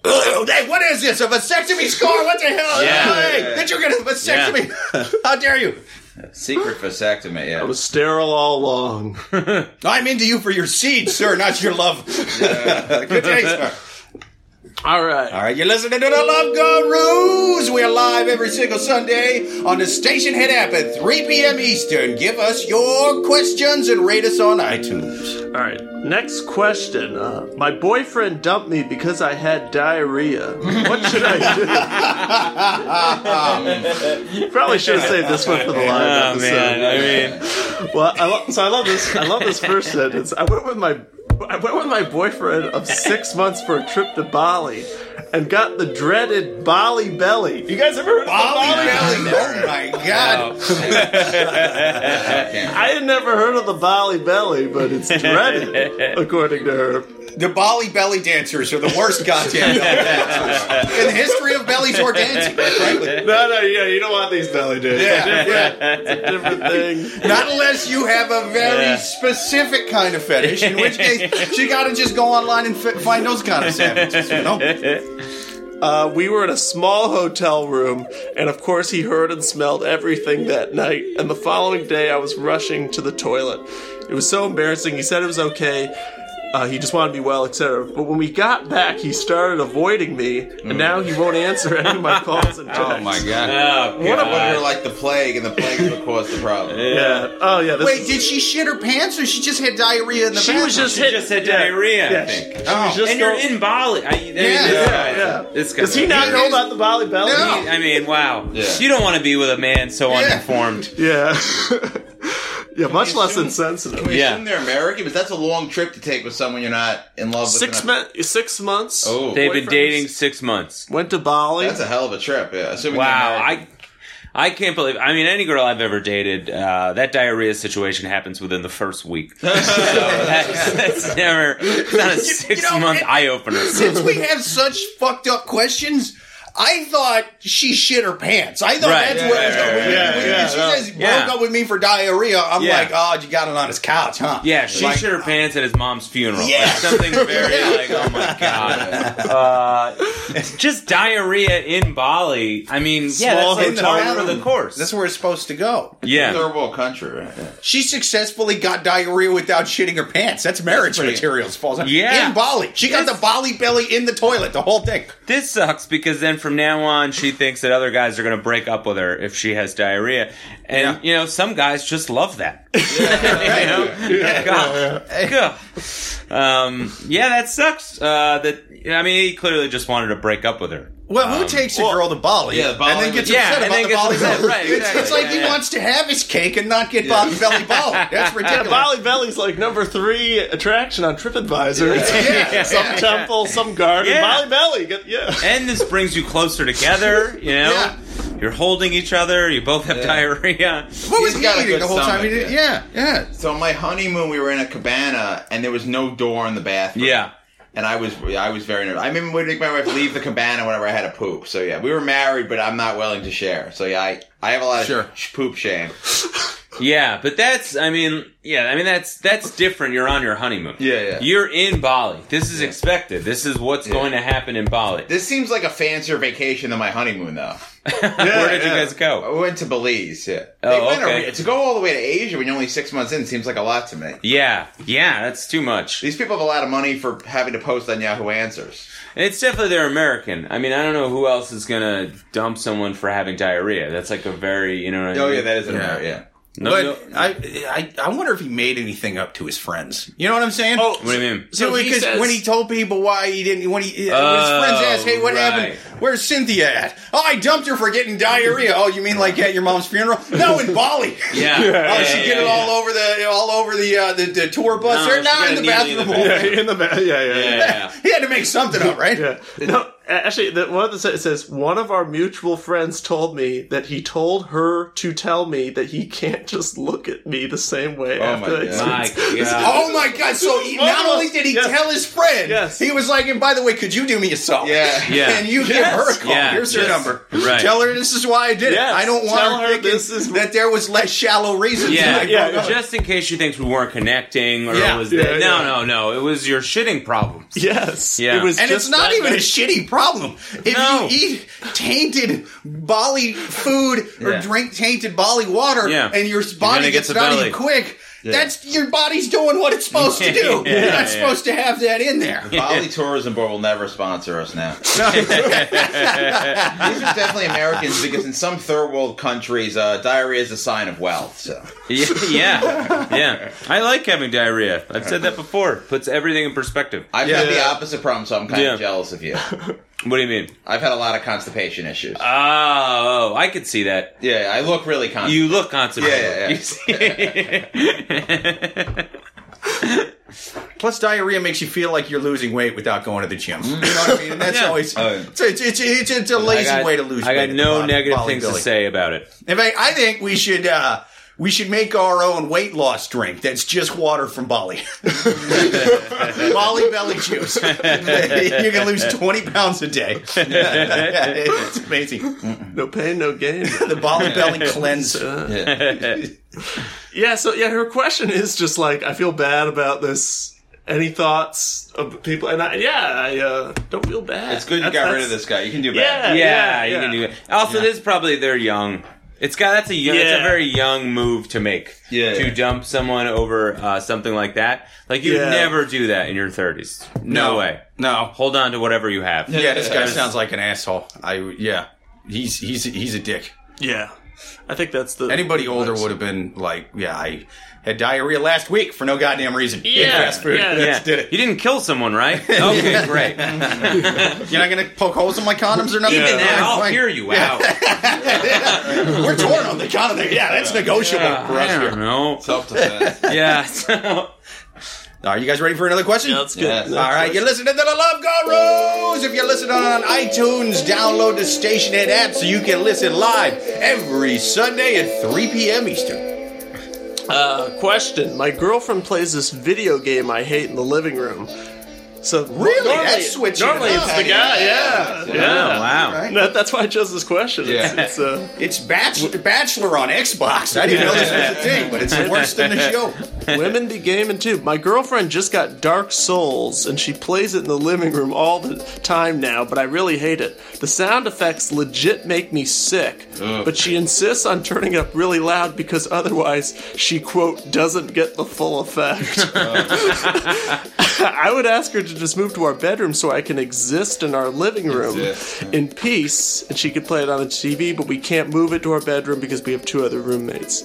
[SPEAKER 1] Hey, what is this? A vasectomy scar? What the hell?
[SPEAKER 4] Yeah.
[SPEAKER 1] Hey, did you get a vasectomy? How dare you?
[SPEAKER 2] Secret vasectomy. Yeah.
[SPEAKER 3] I was sterile all along.
[SPEAKER 1] I'm into you for your seed, sir, not your love. Good day, sir.
[SPEAKER 3] All right.
[SPEAKER 1] All right, you're listening to the Love Gurus. We are live every single Sunday on the Station Head app at 3 p.m. Eastern. Give us your questions and rate us on iTunes.
[SPEAKER 3] All right. Next question. Uh, my boyfriend dumped me because I had diarrhea. What should I do? Probably should have saved this one for the live
[SPEAKER 4] Oh
[SPEAKER 3] episode.
[SPEAKER 4] man, I mean,
[SPEAKER 3] Well, I lo- so I love this. I love this first sentence. I went with my. I went with my boyfriend of six months for a trip to Bali. and got the dreaded Bolly Belly.
[SPEAKER 5] You guys ever heard of the Bali
[SPEAKER 1] Belly. Oh my god.
[SPEAKER 3] I had never heard of the Bolly Belly, but it's dreaded, according to her.
[SPEAKER 1] The Bali belly dancers are the worst goddamn belly dancers in the history of belly tour dancing, quite frankly.
[SPEAKER 3] No, no, yeah, you don't want these belly days.
[SPEAKER 1] Yeah,
[SPEAKER 3] It's a different thing.
[SPEAKER 1] Not unless you have a very specific kind of fetish, in which case you gotta just go online and fi- find those kind of sandwiches, you know?
[SPEAKER 3] Uh, we were in a small hotel room, and of course, he heard and smelled everything that night. And the following day, I was rushing to the toilet. It was so embarrassing. He said it was okay. Uh, he just wanted to be well, etc. But when we got back, he started avoiding me, and now he won't answer any of my calls and texts.
[SPEAKER 2] Oh my god.
[SPEAKER 4] Oh,
[SPEAKER 2] What if
[SPEAKER 4] God.
[SPEAKER 2] we're like the plague and the plague is what caused the problem?
[SPEAKER 3] Yeah. Oh yeah. This
[SPEAKER 1] Wait,
[SPEAKER 3] is-
[SPEAKER 1] did she shit her pants or she just had diarrhea in the
[SPEAKER 3] she
[SPEAKER 1] bathroom?
[SPEAKER 3] was just
[SPEAKER 4] She
[SPEAKER 3] hit-
[SPEAKER 4] just had
[SPEAKER 3] yeah.
[SPEAKER 4] diarrhea, I
[SPEAKER 3] Yeah,
[SPEAKER 4] think.
[SPEAKER 3] she- she
[SPEAKER 1] Oh.
[SPEAKER 3] was just
[SPEAKER 4] and you're
[SPEAKER 3] going-
[SPEAKER 4] in Bali. I, there
[SPEAKER 1] Yeah,
[SPEAKER 4] you go.
[SPEAKER 1] yeah,
[SPEAKER 3] yeah.
[SPEAKER 4] This guy.
[SPEAKER 3] Does he not know about the Bali Belly?
[SPEAKER 1] No.
[SPEAKER 4] I mean, wow.
[SPEAKER 2] Yeah.
[SPEAKER 4] You don't want to be with a man so
[SPEAKER 1] Yeah.
[SPEAKER 4] uninformed.
[SPEAKER 3] Yeah. yeah, much less
[SPEAKER 2] assume-
[SPEAKER 3] insensitive.
[SPEAKER 2] We
[SPEAKER 4] Yeah.
[SPEAKER 2] assume they're American, but that's a long trip to take with someone you're not in love with.
[SPEAKER 3] Six
[SPEAKER 2] enough-
[SPEAKER 3] men, six months.
[SPEAKER 2] Oh,
[SPEAKER 4] They've been
[SPEAKER 3] Boyfriends.
[SPEAKER 4] dating six months.
[SPEAKER 3] Went to Bali.
[SPEAKER 2] that's a hell of a trip. Yeah. Assuming
[SPEAKER 4] Wow,
[SPEAKER 2] they're American.
[SPEAKER 4] I I can't believe. I mean, any girl I've ever dated, uh, that diarrhea situation happens within the first week. so that's, that's never. It's not a six month
[SPEAKER 1] it-
[SPEAKER 4] eye opener.
[SPEAKER 1] Since we have such fucked up questions, I thought she shit her pants. I thought
[SPEAKER 4] Right.
[SPEAKER 1] that's
[SPEAKER 4] Yeah,
[SPEAKER 1] where it was going.
[SPEAKER 2] yeah,
[SPEAKER 1] When-
[SPEAKER 3] yeah,
[SPEAKER 1] when
[SPEAKER 3] yeah,
[SPEAKER 1] she
[SPEAKER 3] no.
[SPEAKER 1] says broke
[SPEAKER 4] Yeah.
[SPEAKER 1] up with me for diarrhea, I'm
[SPEAKER 4] Yeah.
[SPEAKER 1] like, oh, you got it on his couch, huh?
[SPEAKER 4] Yeah, she
[SPEAKER 1] Like, uh,
[SPEAKER 4] shit her pants at his mom's funeral.
[SPEAKER 1] Yeah.
[SPEAKER 4] Like something very
[SPEAKER 1] Yeah.
[SPEAKER 4] like, oh my god. Uh, just diarrhea in Bali. I mean, yeah,
[SPEAKER 3] Small
[SPEAKER 4] that's like
[SPEAKER 1] hotel
[SPEAKER 4] par for
[SPEAKER 1] room.
[SPEAKER 4] the course.
[SPEAKER 1] That's where it's supposed to go.
[SPEAKER 4] yeah.
[SPEAKER 2] third world country. Right?
[SPEAKER 1] She successfully got diarrhea without shitting her pants. That's marriage
[SPEAKER 2] pretty-
[SPEAKER 1] materials, falls out.
[SPEAKER 4] Yeah.
[SPEAKER 1] In Bali. She got
[SPEAKER 4] Yes.
[SPEAKER 1] the Bali belly in the toilet, the whole thing.
[SPEAKER 4] This sucks because then from now on she thinks that other guys are going to break up with her if she has diarrhea. And you know, some guys just love that. you know? God. God. Um, yeah, that sucks. Uh, that I mean, he clearly just wanted to break up with her.
[SPEAKER 1] Well, who takes a girl to Bali,
[SPEAKER 2] yeah, the Bali-
[SPEAKER 1] and then gets
[SPEAKER 4] Um, Yeah,
[SPEAKER 1] upset
[SPEAKER 4] and
[SPEAKER 1] about
[SPEAKER 4] then
[SPEAKER 1] the
[SPEAKER 4] gets
[SPEAKER 1] Bali
[SPEAKER 4] upset,
[SPEAKER 1] belly?
[SPEAKER 4] right,
[SPEAKER 1] it's, it's
[SPEAKER 4] exactly,
[SPEAKER 1] like
[SPEAKER 4] yeah,
[SPEAKER 1] he
[SPEAKER 4] yeah.
[SPEAKER 1] wants to have his cake and not get Bali belly Bali. That's
[SPEAKER 3] yeah,
[SPEAKER 1] ridiculous.
[SPEAKER 3] Bali Belly's like number three attraction on TripAdvisor.
[SPEAKER 1] Yeah.
[SPEAKER 3] some
[SPEAKER 1] Yeah.
[SPEAKER 3] temple, some garden.
[SPEAKER 4] Yeah.
[SPEAKER 3] Bali Belly. get- Yeah.
[SPEAKER 4] And this brings you closer together. You know,
[SPEAKER 1] Yeah.
[SPEAKER 4] you're holding each other. You both have diarrhea.
[SPEAKER 1] What was
[SPEAKER 2] He's
[SPEAKER 1] he
[SPEAKER 2] got a
[SPEAKER 1] eating
[SPEAKER 2] good
[SPEAKER 1] the whole time? He
[SPEAKER 2] stomach,
[SPEAKER 1] did, yeah, yeah.
[SPEAKER 2] So on my honeymoon, we were in a cabana, and there was no door in the bathroom.
[SPEAKER 4] Yeah.
[SPEAKER 2] And I was I was very nervous. I remember would make my wife leave the cabana whenever I had a poop. So yeah, we were married, but I'm not willing to share. So yeah, I, I have a lot of
[SPEAKER 1] Sure.
[SPEAKER 2] sh- poop shame.
[SPEAKER 4] Yeah, but that's I mean, yeah, I mean that's that's different. You're on your honeymoon.
[SPEAKER 2] Yeah, yeah.
[SPEAKER 4] You're in Bali. This is expected. This is what's going to happen in Bali.
[SPEAKER 2] This seems like a fancier vacation than my honeymoon, though.
[SPEAKER 4] Where did you guys
[SPEAKER 2] I
[SPEAKER 4] go?
[SPEAKER 2] went to Belize. Yeah.
[SPEAKER 4] Oh,
[SPEAKER 2] went
[SPEAKER 4] okay.
[SPEAKER 2] a- to go all the way to Asia when you're only six months in seems like a lot to me.
[SPEAKER 4] Yeah, yeah, that's too much.
[SPEAKER 2] These people have a lot of money for having to post on Yahoo Answers.
[SPEAKER 4] And it's definitely they're American. I mean, I don't know who else is gonna dump someone for having diarrhea. That's like a very you know. What I
[SPEAKER 2] Oh
[SPEAKER 4] mean?
[SPEAKER 2] yeah, that is an American. Yeah.
[SPEAKER 4] No,
[SPEAKER 1] but
[SPEAKER 4] no-
[SPEAKER 1] I, I, I wonder if he made anything up to his friends. You know what I'm saying?
[SPEAKER 3] Oh,
[SPEAKER 4] what do you mean?
[SPEAKER 1] So
[SPEAKER 3] So he
[SPEAKER 1] because
[SPEAKER 3] says-
[SPEAKER 1] when he told people why he didn't, when he when his
[SPEAKER 4] Oh,
[SPEAKER 1] friends asked, "Hey, what happened? Where's Cynthia at? Oh, I dumped her for getting diarrhea. Oh, you mean like at your mom's funeral? No, in Bali.
[SPEAKER 4] Yeah.
[SPEAKER 1] Oh,
[SPEAKER 4] yeah,
[SPEAKER 1] she
[SPEAKER 4] yeah,
[SPEAKER 1] get it
[SPEAKER 4] yeah.
[SPEAKER 1] all over the all over the uh, the, the tour bus.
[SPEAKER 4] No,
[SPEAKER 1] They're
[SPEAKER 4] she
[SPEAKER 1] not
[SPEAKER 4] got
[SPEAKER 1] in
[SPEAKER 4] a
[SPEAKER 1] the
[SPEAKER 4] needle in the
[SPEAKER 1] bathroom.
[SPEAKER 4] back.
[SPEAKER 3] Yeah, in the ba- yeah, yeah, yeah.
[SPEAKER 4] Yeah.
[SPEAKER 1] he had to make something up, right?
[SPEAKER 3] yeah. No, a- actually, the, one of the it says one of our mutual friends told me that he told her to tell me that he can't just look at me the same way
[SPEAKER 2] my
[SPEAKER 3] after that
[SPEAKER 2] God.
[SPEAKER 4] My
[SPEAKER 3] experience.
[SPEAKER 4] God.
[SPEAKER 1] Oh my God! So he,
[SPEAKER 3] One
[SPEAKER 1] not
[SPEAKER 3] of us-
[SPEAKER 1] only did he
[SPEAKER 3] yes.
[SPEAKER 1] tell his friend,
[SPEAKER 3] Yes.
[SPEAKER 1] he was like, "And by the way, could you do me a solid?
[SPEAKER 2] Yeah.
[SPEAKER 4] Yeah.
[SPEAKER 1] And you give
[SPEAKER 3] Yes.
[SPEAKER 1] her a call.
[SPEAKER 4] Yeah,
[SPEAKER 1] Here's her
[SPEAKER 4] yes.
[SPEAKER 1] number.
[SPEAKER 4] Right.
[SPEAKER 1] Tell her this is why I did
[SPEAKER 3] Yes.
[SPEAKER 1] it. I don't want
[SPEAKER 3] Tell
[SPEAKER 1] her
[SPEAKER 3] her
[SPEAKER 1] thinking
[SPEAKER 3] this is-
[SPEAKER 1] that there was less shallow reasons.
[SPEAKER 4] Yeah,
[SPEAKER 1] Like,
[SPEAKER 3] Yeah,
[SPEAKER 1] oh, no.
[SPEAKER 4] Just in case she thinks we weren't connecting or
[SPEAKER 1] Yeah.
[SPEAKER 4] it was
[SPEAKER 3] Yeah,
[SPEAKER 4] that. No,
[SPEAKER 3] yeah.
[SPEAKER 4] no, no. It was your shitting problems.
[SPEAKER 3] Yes.
[SPEAKER 4] Yeah.
[SPEAKER 3] It was
[SPEAKER 1] And
[SPEAKER 3] just
[SPEAKER 1] it's not
[SPEAKER 3] that
[SPEAKER 1] even a
[SPEAKER 3] night.
[SPEAKER 1] shitty problem. If
[SPEAKER 4] No.
[SPEAKER 1] you eat tainted Bali food or
[SPEAKER 2] Yeah.
[SPEAKER 1] drink tainted Bali water
[SPEAKER 4] Yeah.
[SPEAKER 1] and your
[SPEAKER 4] gonna
[SPEAKER 1] body
[SPEAKER 4] get
[SPEAKER 1] gets
[SPEAKER 4] the
[SPEAKER 1] nutty
[SPEAKER 4] belly.
[SPEAKER 1] quick, that's your body's doing what it's supposed to do.
[SPEAKER 4] Yeah,
[SPEAKER 1] You're not
[SPEAKER 4] yeah.
[SPEAKER 1] supposed to have that in there.
[SPEAKER 2] Bali Tourism Board will never sponsor us now. These are definitely Americans because in some third world countries, uh, diarrhea is a sign of wealth. So
[SPEAKER 4] Yeah, yeah, yeah. I like having diarrhea. I've said that before. Puts everything in perspective.
[SPEAKER 2] I've had the opposite problem, so I'm kind
[SPEAKER 4] Yeah.
[SPEAKER 2] of jealous of you.
[SPEAKER 4] What do you mean?
[SPEAKER 2] I've had a lot of constipation issues.
[SPEAKER 4] Oh, I could see that.
[SPEAKER 2] yeah, I look really constipated.
[SPEAKER 4] Uh, You look constipated.
[SPEAKER 2] Yeah, yeah, yeah.
[SPEAKER 4] You see-
[SPEAKER 1] Plus, diarrhea makes you feel like you're losing weight without going to the gym. You know what I mean? And that's
[SPEAKER 4] Yeah.
[SPEAKER 1] always
[SPEAKER 2] Oh, yeah.
[SPEAKER 1] it's, it's, it's, it's, it's a lazy
[SPEAKER 4] Mm. Uh, I got-
[SPEAKER 1] way to lose
[SPEAKER 4] I
[SPEAKER 1] weight.
[SPEAKER 4] got
[SPEAKER 1] at the
[SPEAKER 4] no
[SPEAKER 1] bottom-
[SPEAKER 4] negative
[SPEAKER 1] bottom
[SPEAKER 4] things to
[SPEAKER 1] billy.
[SPEAKER 4] say about it.
[SPEAKER 1] In fact, I think we should uh, we should make our own weight loss drink that's just water from Bali. Bali belly juice. you can lose twenty pounds a day. it's amazing.
[SPEAKER 3] No pain, no gain.
[SPEAKER 1] The Bali belly cleanse.
[SPEAKER 2] Yeah.
[SPEAKER 3] yeah. So yeah, her question is just like I feel bad about this. Any thoughts of people? And I, yeah, I uh, don't feel bad.
[SPEAKER 2] It's good you
[SPEAKER 3] That's-
[SPEAKER 2] got rid
[SPEAKER 3] that's-
[SPEAKER 2] of this guy. You can do
[SPEAKER 3] Yeah.
[SPEAKER 2] better.
[SPEAKER 4] Yeah, you
[SPEAKER 3] yeah.
[SPEAKER 4] can do it. Also, this is probably they're young. It's got that's a young, it's a
[SPEAKER 3] Yeah.
[SPEAKER 4] very young move to make.
[SPEAKER 2] Yeah.
[SPEAKER 4] to dump someone over uh, something like that. Like you would
[SPEAKER 3] Yeah.
[SPEAKER 4] never do that in your thirties. No, way.
[SPEAKER 1] No.
[SPEAKER 4] Hold on to whatever you have.
[SPEAKER 1] Yeah, this guy sounds like an asshole. I yeah. He's he's he's a dick.
[SPEAKER 3] Yeah, I think that's the
[SPEAKER 1] Anybody older would have been like, yeah, I had diarrhea last week for no goddamn reason. Ate
[SPEAKER 3] Yeah,
[SPEAKER 1] fast food.
[SPEAKER 3] yeah.
[SPEAKER 1] That's
[SPEAKER 4] Yeah.
[SPEAKER 1] did it.
[SPEAKER 4] You didn't kill someone, right? Okay, great.
[SPEAKER 1] You're not gonna poke holes in my condoms or nothing.
[SPEAKER 4] Even
[SPEAKER 1] Yeah.
[SPEAKER 4] that, I'll
[SPEAKER 1] Fine.
[SPEAKER 4] hear you out.
[SPEAKER 1] We're torn on the count of that. Yeah, that's negotiable for us
[SPEAKER 4] I
[SPEAKER 1] here.
[SPEAKER 4] don't know.
[SPEAKER 2] Self defense.
[SPEAKER 4] Yeah. So.
[SPEAKER 1] Are you guys ready for another question?
[SPEAKER 3] Yeah, that's good.
[SPEAKER 2] Yes.
[SPEAKER 1] All right, you listen to the Love Gurus. If you're listening on iTunes, download the Stationhead app so you can listen live every Sunday at 3 p.m. Eastern.
[SPEAKER 3] Uh, question: My girlfriend plays this video game I hate in the living room. So
[SPEAKER 1] Really? That's switching
[SPEAKER 3] Normally
[SPEAKER 1] it
[SPEAKER 3] it's
[SPEAKER 1] up.
[SPEAKER 3] the guy. Yeah, yeah.
[SPEAKER 4] Oh, wow.
[SPEAKER 1] Right.
[SPEAKER 3] That- that's why I chose this question. It's,
[SPEAKER 2] Yeah.
[SPEAKER 3] it's, uh,
[SPEAKER 1] It's Bachelor, bachelor on Xbox. I didn't know this was a thing, but it's worse than the show.
[SPEAKER 3] women be gaming too. My girlfriend just got Dark Souls, and she plays it in the living room all the time now. But I really hate it. The sound effects legit make me sick. But she insists on turning it up really loud because otherwise she quote doesn't get the full effect. I would ask her to just move to our bedroom so I can exist in our living room
[SPEAKER 2] Exist,
[SPEAKER 3] in peace, and she could play it on the TV. But we can't move it to our bedroom because we have two other roommates.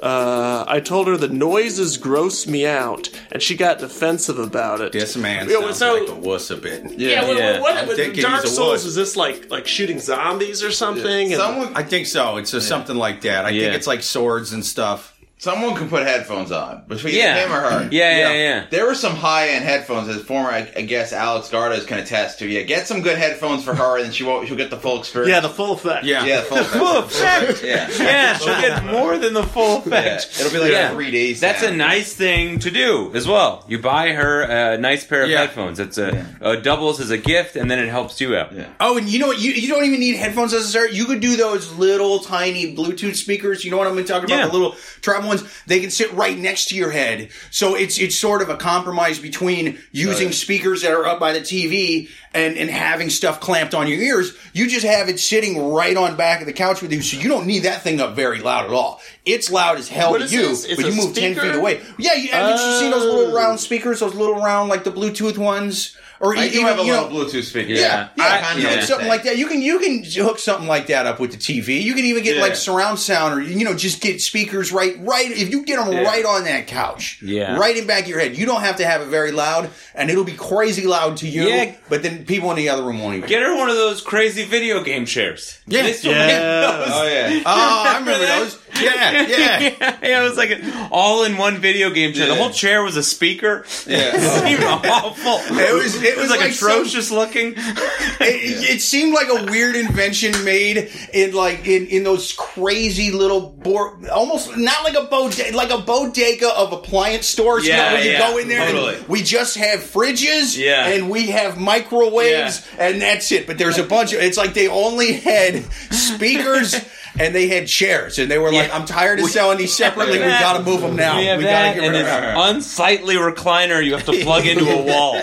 [SPEAKER 3] Uh, I told her the noises gross me out, and she got defensive about it.
[SPEAKER 1] This man
[SPEAKER 3] Yeah,
[SPEAKER 1] sounds
[SPEAKER 3] so-
[SPEAKER 1] like a wuss a bit.
[SPEAKER 3] Yeah, what,
[SPEAKER 4] Yeah.
[SPEAKER 3] what,
[SPEAKER 1] I
[SPEAKER 3] what-
[SPEAKER 1] think
[SPEAKER 3] Dark
[SPEAKER 1] he's a
[SPEAKER 3] Souls
[SPEAKER 1] wuss.
[SPEAKER 3] is this like like shooting zombies or something? And-
[SPEAKER 2] Someone
[SPEAKER 1] I think so. It's just something like that. I
[SPEAKER 4] Yeah.
[SPEAKER 1] think it's like swords and stuff.
[SPEAKER 2] someone could put headphones on between
[SPEAKER 4] Yeah.
[SPEAKER 2] him or her.
[SPEAKER 4] Yeah, yeah, yeah.
[SPEAKER 2] There were some high end headphones. As former, I, I guess Alex Gardas can attest to. Yeah, get some good headphones for her, and then she won't. She'll get the full experience.
[SPEAKER 3] yeah, the full effect.
[SPEAKER 1] Yeah.
[SPEAKER 2] yeah, the full
[SPEAKER 4] Full
[SPEAKER 2] effect.
[SPEAKER 4] effect.
[SPEAKER 2] yeah.
[SPEAKER 4] Yeah, she'll get more than the full
[SPEAKER 2] yeah,
[SPEAKER 4] effect.
[SPEAKER 2] it'll be like
[SPEAKER 4] Yeah.
[SPEAKER 2] a three days.
[SPEAKER 4] That's a nice thing to do as well. You buy her a nice pair of
[SPEAKER 1] Yeah.
[SPEAKER 4] headphones. It's a, uh doubles as a gift, and then it helps you out.
[SPEAKER 2] Yeah.
[SPEAKER 1] Oh, and you know what? You, you don't even need headphones necessarily. You could do those little tiny Bluetooth speakers. You know what I'm talking about?
[SPEAKER 4] Yeah.
[SPEAKER 1] The little travel ones. They can sit right next to your head. So it's it's sort of a compromise between using
[SPEAKER 2] Right.
[SPEAKER 1] speakers that are up by the TV and, and having stuff clamped on your ears. You just have it sitting right on back of the couch with you. So you don't need that thing up very loud at all. It's loud as hell
[SPEAKER 3] What
[SPEAKER 1] to
[SPEAKER 3] is
[SPEAKER 1] you,
[SPEAKER 3] this? It's
[SPEAKER 1] but you
[SPEAKER 3] a
[SPEAKER 1] move 10
[SPEAKER 3] speaker?
[SPEAKER 1] feet away. Yeah, you, haven't you seen those little
[SPEAKER 3] Oh.
[SPEAKER 1] round speakers? Those little round, like the Bluetooth ones? Or
[SPEAKER 2] I
[SPEAKER 1] e-
[SPEAKER 2] do have a
[SPEAKER 1] you
[SPEAKER 2] little
[SPEAKER 1] know-
[SPEAKER 2] Bluetooth speaker.
[SPEAKER 1] yeah,
[SPEAKER 4] Yeah.
[SPEAKER 1] yeah.
[SPEAKER 2] I kinda
[SPEAKER 1] you know,
[SPEAKER 2] know
[SPEAKER 1] something
[SPEAKER 2] that.
[SPEAKER 1] like that. You can you can hook something like that up with the TV. You can even get
[SPEAKER 2] Yeah.
[SPEAKER 1] like surround sound, or you know, just get speakers right right. If you get them right on that couch,
[SPEAKER 4] Yeah.
[SPEAKER 1] right in back of your head, you don't have to have it very loud, and it'll be crazy loud to you.
[SPEAKER 4] Yeah.
[SPEAKER 1] But then people in the other room won't even.
[SPEAKER 4] Get her one of those crazy video game chairs.
[SPEAKER 1] Yeah.
[SPEAKER 4] This will
[SPEAKER 3] Yeah.
[SPEAKER 4] make those.
[SPEAKER 2] Oh yeah.
[SPEAKER 1] oh, I remember
[SPEAKER 4] that?
[SPEAKER 1] those. Yeah, yeah.
[SPEAKER 4] yeah, it was like an all-in-one video game chair. The
[SPEAKER 2] Yeah.
[SPEAKER 4] whole chair was a speaker.
[SPEAKER 2] Yeah.
[SPEAKER 4] it seemed awful.
[SPEAKER 1] It was it,
[SPEAKER 4] It was like, atrocious looking.
[SPEAKER 1] It, it seemed like a weird invention made in like in, in those crazy little bor- almost not like a bodega, like a bodega of appliance stores. you know,
[SPEAKER 4] Yeah,
[SPEAKER 1] where you
[SPEAKER 4] yeah,
[SPEAKER 1] go in there
[SPEAKER 4] totally.
[SPEAKER 1] and we just have fridges,
[SPEAKER 4] Yeah.
[SPEAKER 1] and we have microwaves, and that's it. But there's a bunch of it's like they only had speakers. And they had chairs, and they were like,
[SPEAKER 4] Yeah.
[SPEAKER 1] "I'm tired of selling these separately. We
[SPEAKER 4] that.
[SPEAKER 1] got to move them now.
[SPEAKER 4] We have
[SPEAKER 1] We got to
[SPEAKER 4] that,
[SPEAKER 1] get rid of
[SPEAKER 4] and this
[SPEAKER 1] them."
[SPEAKER 4] unsightly recliner you have to plug into a wall.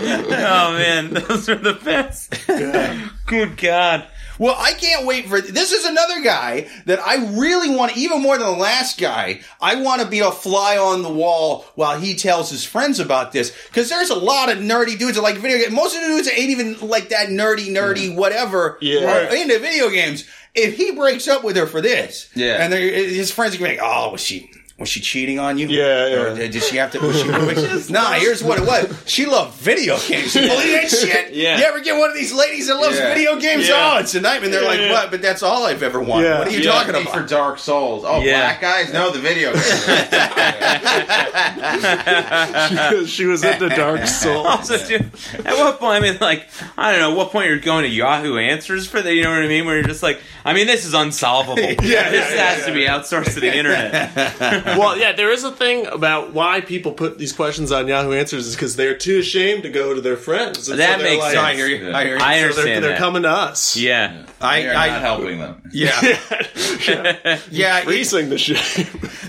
[SPEAKER 4] Yeah. Oh man, those are the best. Good God.
[SPEAKER 1] Well, I can't wait for this. Is another guy that I really want, even more than the last guy. I want to be a fly on the wall while he tells his friends about this because there's a lot of nerdy dudes that like video games. Most of the dudes ain't even like that nerdy, nerdy, whatever.
[SPEAKER 3] Yeah.
[SPEAKER 1] are into video games. If he breaks up with her for this,
[SPEAKER 2] Yeah.
[SPEAKER 1] and they're- his friends are gonna be like, "Oh, was she?" Was she cheating on you?
[SPEAKER 5] Yeah, yeah.
[SPEAKER 1] Or did did she have to? Was she moving? nah, here's what it was. She loved video games. You believe that shit?
[SPEAKER 4] Yeah.
[SPEAKER 1] You ever get one of these ladies that loves
[SPEAKER 2] Yeah.
[SPEAKER 1] video games?
[SPEAKER 4] Yeah.
[SPEAKER 1] Oh, it's a nightmare. And they're like,
[SPEAKER 5] yeah.
[SPEAKER 1] what? But that's all I've ever wanted.
[SPEAKER 5] Yeah.
[SPEAKER 1] What are you
[SPEAKER 2] Yeah,
[SPEAKER 1] talking
[SPEAKER 2] it'd be
[SPEAKER 1] about?
[SPEAKER 2] for Dark Souls. Oh,
[SPEAKER 4] Yeah.
[SPEAKER 2] black guys? No, the video. game.
[SPEAKER 5] she was into Dark Souls.
[SPEAKER 4] Also, dude, at what point? I mean, like, I don't know. At what point you're going to Yahoo Answers for that? You know what I mean? Where you're just like, I mean, this is unsolvable.
[SPEAKER 5] yeah,
[SPEAKER 4] this has to be outsourced to the internet.
[SPEAKER 3] well, yeah, there is a thing about why people put these questions on Yahoo Answers is because they're too ashamed to go to their friends. And
[SPEAKER 4] That
[SPEAKER 3] they're
[SPEAKER 4] makes
[SPEAKER 3] like-
[SPEAKER 1] No, I
[SPEAKER 4] sense.
[SPEAKER 1] hear you. I hear you.
[SPEAKER 4] I
[SPEAKER 3] So they're,
[SPEAKER 4] understand
[SPEAKER 3] they're
[SPEAKER 4] that.
[SPEAKER 3] coming to us.
[SPEAKER 4] yeah,
[SPEAKER 1] I,
[SPEAKER 2] We are not
[SPEAKER 1] I,
[SPEAKER 2] helping them.
[SPEAKER 1] yeah, yeah.
[SPEAKER 3] Freezing the shit.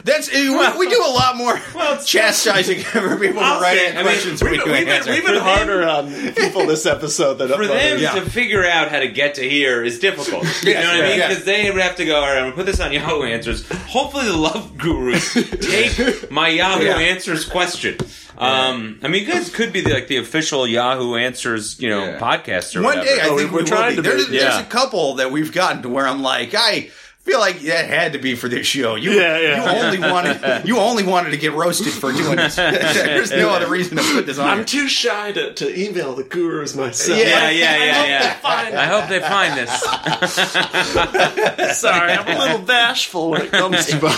[SPEAKER 1] That's we, we do a lot more chastising for people who
[SPEAKER 4] I'll
[SPEAKER 1] write
[SPEAKER 4] say,
[SPEAKER 1] in
[SPEAKER 4] I mean,
[SPEAKER 1] questions than we
[SPEAKER 4] we've
[SPEAKER 1] do
[SPEAKER 4] been- we've been-
[SPEAKER 1] answer.
[SPEAKER 3] We've been
[SPEAKER 4] them-
[SPEAKER 3] harder on people this episode than
[SPEAKER 4] for them
[SPEAKER 3] others.
[SPEAKER 1] Yeah.
[SPEAKER 4] to figure out how to get to here is difficult. You
[SPEAKER 1] Yes,
[SPEAKER 4] know what I mean?
[SPEAKER 1] yeah.
[SPEAKER 4] Because they would have to go. All right, I'm gonna put this on Yahoo Answers. Hopefully, the love gurus take my Yahoo
[SPEAKER 1] Yeah.
[SPEAKER 4] Answers question. Um, I mean, you guys could be the, like the official Yahoo Answers, you know,
[SPEAKER 2] Yeah.
[SPEAKER 4] podcast or
[SPEAKER 1] One
[SPEAKER 4] whatever.
[SPEAKER 1] day, I
[SPEAKER 3] Oh,
[SPEAKER 1] think
[SPEAKER 3] we're
[SPEAKER 1] we
[SPEAKER 3] trying
[SPEAKER 1] will be.
[SPEAKER 3] to
[SPEAKER 1] There's,
[SPEAKER 3] be-
[SPEAKER 1] there's
[SPEAKER 4] yeah.
[SPEAKER 1] a couple that we've gotten to where I'm like, I feel like that had to be for this show. You,
[SPEAKER 3] Yeah, yeah.
[SPEAKER 1] you only wanted you only wanted to get roasted for doing this. there's no other reason to put this on.
[SPEAKER 3] I'm
[SPEAKER 1] here.
[SPEAKER 3] too shy to, to email the gurus myself.
[SPEAKER 4] yeah, yeah, yeah, yeah.
[SPEAKER 3] find
[SPEAKER 4] I hope they find this.
[SPEAKER 3] Sorry, I'm a little bashful when it comes to mine.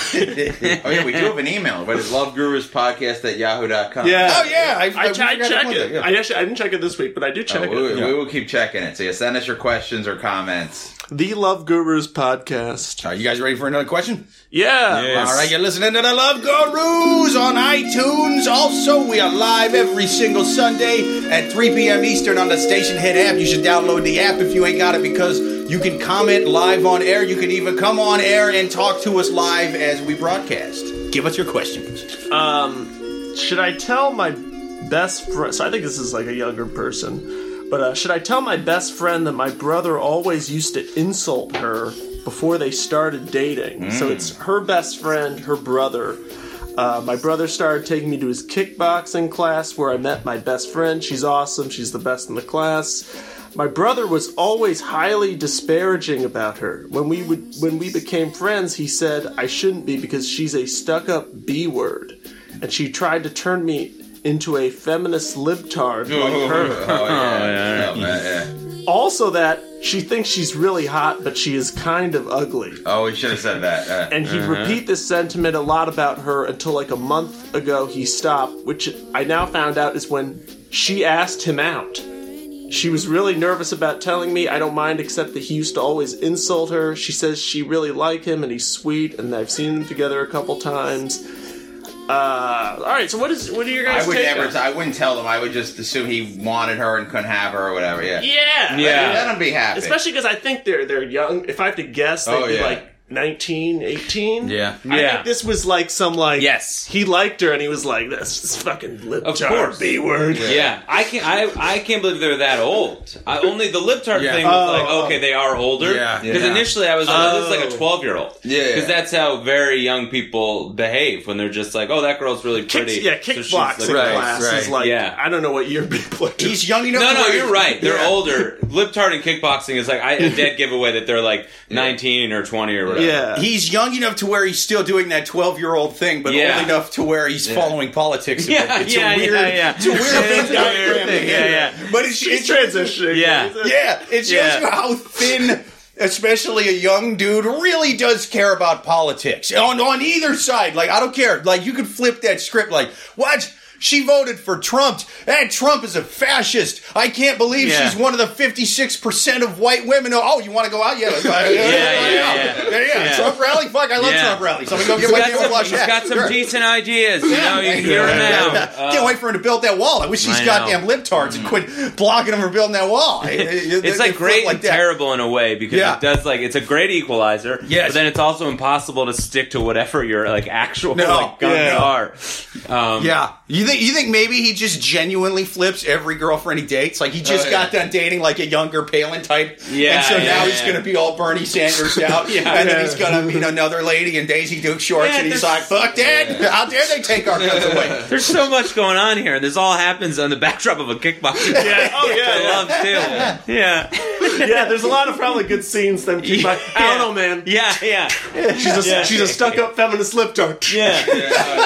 [SPEAKER 2] Oh, yeah, we do have an email, but it's loveguruspodcast at yahoo.com.
[SPEAKER 3] Yeah.
[SPEAKER 1] oh yeah, I,
[SPEAKER 3] I,
[SPEAKER 1] I
[SPEAKER 3] ch- I
[SPEAKER 1] forgot to
[SPEAKER 3] check
[SPEAKER 1] put that,
[SPEAKER 3] it.
[SPEAKER 1] yeah.
[SPEAKER 3] I actually I didn't check it this week, but I do
[SPEAKER 4] Oh,
[SPEAKER 2] Uh,
[SPEAKER 3] check
[SPEAKER 2] we,
[SPEAKER 3] it.
[SPEAKER 2] we will keep checking it. So, yeah, send us your questions or comments.
[SPEAKER 3] The Love Gurus podcast.
[SPEAKER 1] Are you guys ready for another question?
[SPEAKER 3] Yeah.
[SPEAKER 4] Yes.
[SPEAKER 1] All right, you're listening to the Love Gurus on iTunes. Also, we are live every single Sunday at 3 p.m. Eastern on the Station Head app. You should download the app if you ain't got it because you can comment live on air. You can even come on air and talk to us live as we broadcast. Give us your questions.
[SPEAKER 3] Um, should I tell my best friend? So I think this is like a younger person, but uh, should I tell my best friend that my brother always used to insult her before they started dating? So it's her best friend, her brother. Uh, my brother started taking me to his kickboxing class where I met my best friend. She's awesome. She's the best in the class. My brother was always highly disparaging about her. When we would when we became friends, he said I shouldn't be because she's a stuck-up B word, and she tried to turn me into a feminist libtard like her.
[SPEAKER 2] Oh, yeah. Oh, yeah.
[SPEAKER 3] Also, that she thinks she's really hot, but she is kind of ugly.
[SPEAKER 2] Oh, we should have said that. Uh,
[SPEAKER 3] And he'd repeat this sentiment a lot about her until like a month ago he stopped, which I now found out is when she asked him out. She was really nervous about telling me I don't mind, except that he used to always insult her. She says she really liked him and he's sweet, and I've seen them together a couple times. Uh, all right, so what is what do you guys
[SPEAKER 2] I would
[SPEAKER 3] take?
[SPEAKER 2] never.
[SPEAKER 3] on-
[SPEAKER 2] T- I wouldn't tell them. I would just assume he wanted her and couldn't have her or whatever. Yeah.
[SPEAKER 3] yeah,
[SPEAKER 4] Yeah.
[SPEAKER 2] Let him be happy.
[SPEAKER 3] especially because I think they're they're young. If I have to guess, they'd
[SPEAKER 2] Oh,
[SPEAKER 3] be
[SPEAKER 2] yeah.
[SPEAKER 3] like 19, 18.
[SPEAKER 2] Yeah.
[SPEAKER 3] I
[SPEAKER 4] Yeah.
[SPEAKER 3] think this was like some like
[SPEAKER 4] Yes.
[SPEAKER 3] he liked her and he was like this is fucking lip
[SPEAKER 4] Of
[SPEAKER 3] jar
[SPEAKER 4] course.
[SPEAKER 3] b word
[SPEAKER 4] Yeah, I can not I I can't believe they're that old. I, only the lip tart
[SPEAKER 1] Yeah.
[SPEAKER 4] thing was
[SPEAKER 3] Oh,
[SPEAKER 4] like
[SPEAKER 3] oh.
[SPEAKER 4] okay, they are older.
[SPEAKER 1] Yeah.
[SPEAKER 4] because
[SPEAKER 2] Yeah.
[SPEAKER 4] initially I was like, oh, this is like a
[SPEAKER 3] Oh.
[SPEAKER 4] twelve year old.
[SPEAKER 2] Yeah, yeah.
[SPEAKER 4] because that's how very young people behave when they're just like, oh, that girl's really
[SPEAKER 3] Kick,
[SPEAKER 4] pretty.
[SPEAKER 3] yeah,
[SPEAKER 4] So she's
[SPEAKER 3] kickboxing
[SPEAKER 4] like-
[SPEAKER 1] Right,
[SPEAKER 3] class is
[SPEAKER 1] right.
[SPEAKER 3] like
[SPEAKER 4] Yeah.
[SPEAKER 3] I don't know what year people are doing.
[SPEAKER 1] He's young enough.
[SPEAKER 4] No,
[SPEAKER 1] to
[SPEAKER 4] no,
[SPEAKER 1] where-
[SPEAKER 4] you're right. They're
[SPEAKER 1] Yeah.
[SPEAKER 4] older. Lip tart and kickboxing is like I, a dead giveaway that they're like nineteen or twenty or whatever.
[SPEAKER 3] yeah.
[SPEAKER 1] He's young enough to where he's still doing that 12 year old thing, but
[SPEAKER 4] Yeah.
[SPEAKER 1] old enough to where he's following politics. a bit.
[SPEAKER 4] Yeah,
[SPEAKER 1] it's
[SPEAKER 4] yeah,
[SPEAKER 1] a weird,
[SPEAKER 4] yeah, yeah.
[SPEAKER 1] It's a weird,
[SPEAKER 4] It's a weird
[SPEAKER 1] diagram. to
[SPEAKER 4] thing, yeah,
[SPEAKER 1] hear.
[SPEAKER 4] yeah.
[SPEAKER 1] But it's,
[SPEAKER 3] He's
[SPEAKER 1] it's
[SPEAKER 3] transitioning.
[SPEAKER 4] Yeah.
[SPEAKER 1] Yeah, it shows
[SPEAKER 4] Yeah.
[SPEAKER 1] you how thin, especially a young dude, really does care about politics. On on either side, like I don't care. Like you could flip that script. Like watch. She voted for Trump. And Trump is a fascist. I can't believe
[SPEAKER 4] Yeah.
[SPEAKER 1] she's one of the 56% of white women. who- Oh, you want to go out? Yeah. let's go out. yeah,
[SPEAKER 4] yeah, yeah. Yeah.
[SPEAKER 1] Trump rally? Fuck, I love
[SPEAKER 4] Yeah.
[SPEAKER 1] Trump rallies. I'm going to go get
[SPEAKER 4] He's
[SPEAKER 1] my
[SPEAKER 4] got
[SPEAKER 1] camera
[SPEAKER 4] some,
[SPEAKER 1] flush.
[SPEAKER 4] he's
[SPEAKER 1] Yeah,
[SPEAKER 4] got some
[SPEAKER 1] sure.
[SPEAKER 4] decent ideas, you know. You can hear him
[SPEAKER 1] Yeah.
[SPEAKER 4] now.
[SPEAKER 1] Can't wait for him to build that wall. I Mm. wish these
[SPEAKER 4] I know.
[SPEAKER 1] goddamn libtards would quit blocking him for building that wall.
[SPEAKER 4] It's like great and terrible in a way because
[SPEAKER 1] Yeah.
[SPEAKER 4] it does like it's a great equalizer.
[SPEAKER 1] Yes.
[SPEAKER 4] But then it's also impossible to stick to whatever your like actual
[SPEAKER 1] No.
[SPEAKER 4] like guns
[SPEAKER 1] Yeah.
[SPEAKER 4] are. Um,
[SPEAKER 1] Yeah, you think think you think maybe he just genuinely flips every girlfriend he dates? Like he just
[SPEAKER 2] Oh, yeah.
[SPEAKER 1] got done dating like a younger Palin type,
[SPEAKER 4] Yeah,
[SPEAKER 1] and so
[SPEAKER 4] yeah,
[SPEAKER 1] now he's
[SPEAKER 2] yeah.
[SPEAKER 1] going to be all Bernie Sanders out, and then he's going to meet another lady in Daisy Duke shorts,
[SPEAKER 4] Yeah,
[SPEAKER 1] and he's like,
[SPEAKER 4] there's-
[SPEAKER 1] "Fuck that! How dare they take our guns away?"
[SPEAKER 4] There's so much going on here, and this all happens on the backdrop of a kickboxing. Yeah,
[SPEAKER 3] Oh, yeah,
[SPEAKER 4] I
[SPEAKER 3] yeah.
[SPEAKER 4] love too. Yeah,
[SPEAKER 3] yeah, there's a lot of probably good scenes. Them keep like, I don't know, man.
[SPEAKER 4] yeah, yeah,
[SPEAKER 3] She's a
[SPEAKER 4] Yeah.
[SPEAKER 3] she's a stuck up feminist libtard.
[SPEAKER 4] yeah.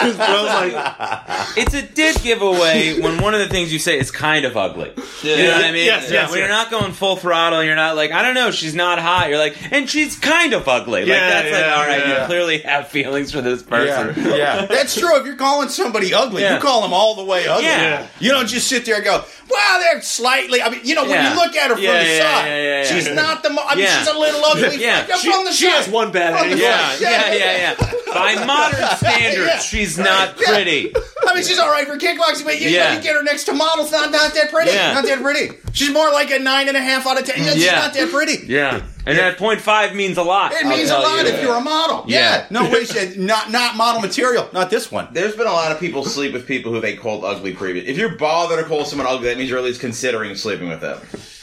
[SPEAKER 3] His bro's like,
[SPEAKER 4] It's a dick giveaway when one of the things you say is kind of ugly. You know what I mean?
[SPEAKER 3] Yes,
[SPEAKER 4] yeah,
[SPEAKER 3] yes,
[SPEAKER 4] when you're
[SPEAKER 3] yes.
[SPEAKER 4] not going full throttle, you're not like, I don't know, she's not hot. You're like, and she's kind of ugly. Like,
[SPEAKER 3] Yeah,
[SPEAKER 4] that's like,
[SPEAKER 3] yeah,
[SPEAKER 4] all right, you
[SPEAKER 3] yeah.
[SPEAKER 4] clearly have feelings for this person.
[SPEAKER 1] yeah, that's true. If you're calling somebody ugly,
[SPEAKER 4] Yeah.
[SPEAKER 1] you call them all the way ugly.
[SPEAKER 4] Yeah. Yeah.
[SPEAKER 1] You don't just sit there and go, "Wow, they're slightly." I mean, you know, when
[SPEAKER 4] Yeah.
[SPEAKER 1] you look at her from
[SPEAKER 4] Yeah,
[SPEAKER 1] the
[SPEAKER 4] yeah,
[SPEAKER 1] side,
[SPEAKER 4] yeah, yeah, yeah.
[SPEAKER 1] she's not the. Mo- I mean,
[SPEAKER 4] Yeah.
[SPEAKER 1] she's a little ugly.
[SPEAKER 4] Yeah.
[SPEAKER 1] Just
[SPEAKER 3] she,
[SPEAKER 1] from the
[SPEAKER 3] she
[SPEAKER 1] side.
[SPEAKER 3] has one bad
[SPEAKER 1] From the
[SPEAKER 3] angle.
[SPEAKER 4] Yeah,
[SPEAKER 1] Yeah,
[SPEAKER 4] yeah,
[SPEAKER 1] yeah,
[SPEAKER 4] yeah, yeah. By modern standards,
[SPEAKER 1] Yeah.
[SPEAKER 4] she's not
[SPEAKER 1] Yeah.
[SPEAKER 4] pretty.
[SPEAKER 1] I mean, she's all right for kickboxing, but you,
[SPEAKER 4] Yeah.
[SPEAKER 1] you get her next to models, not not that pretty,
[SPEAKER 4] Yeah.
[SPEAKER 1] not that pretty. She's more like a nine and a half out of ten. Yeah, she's
[SPEAKER 4] Yeah.
[SPEAKER 1] not that pretty.
[SPEAKER 4] Yeah. And that point five means a lot.
[SPEAKER 1] It means a
[SPEAKER 2] tell
[SPEAKER 1] lot
[SPEAKER 2] you.
[SPEAKER 1] if you're a model. Yeah,
[SPEAKER 4] Yeah.
[SPEAKER 1] no way, she- not not model material, not this one.
[SPEAKER 2] There's been a lot of people sleep with people who they called ugly previous. If you're bothered to call someone ugly, that means you're at least considering sleeping with them.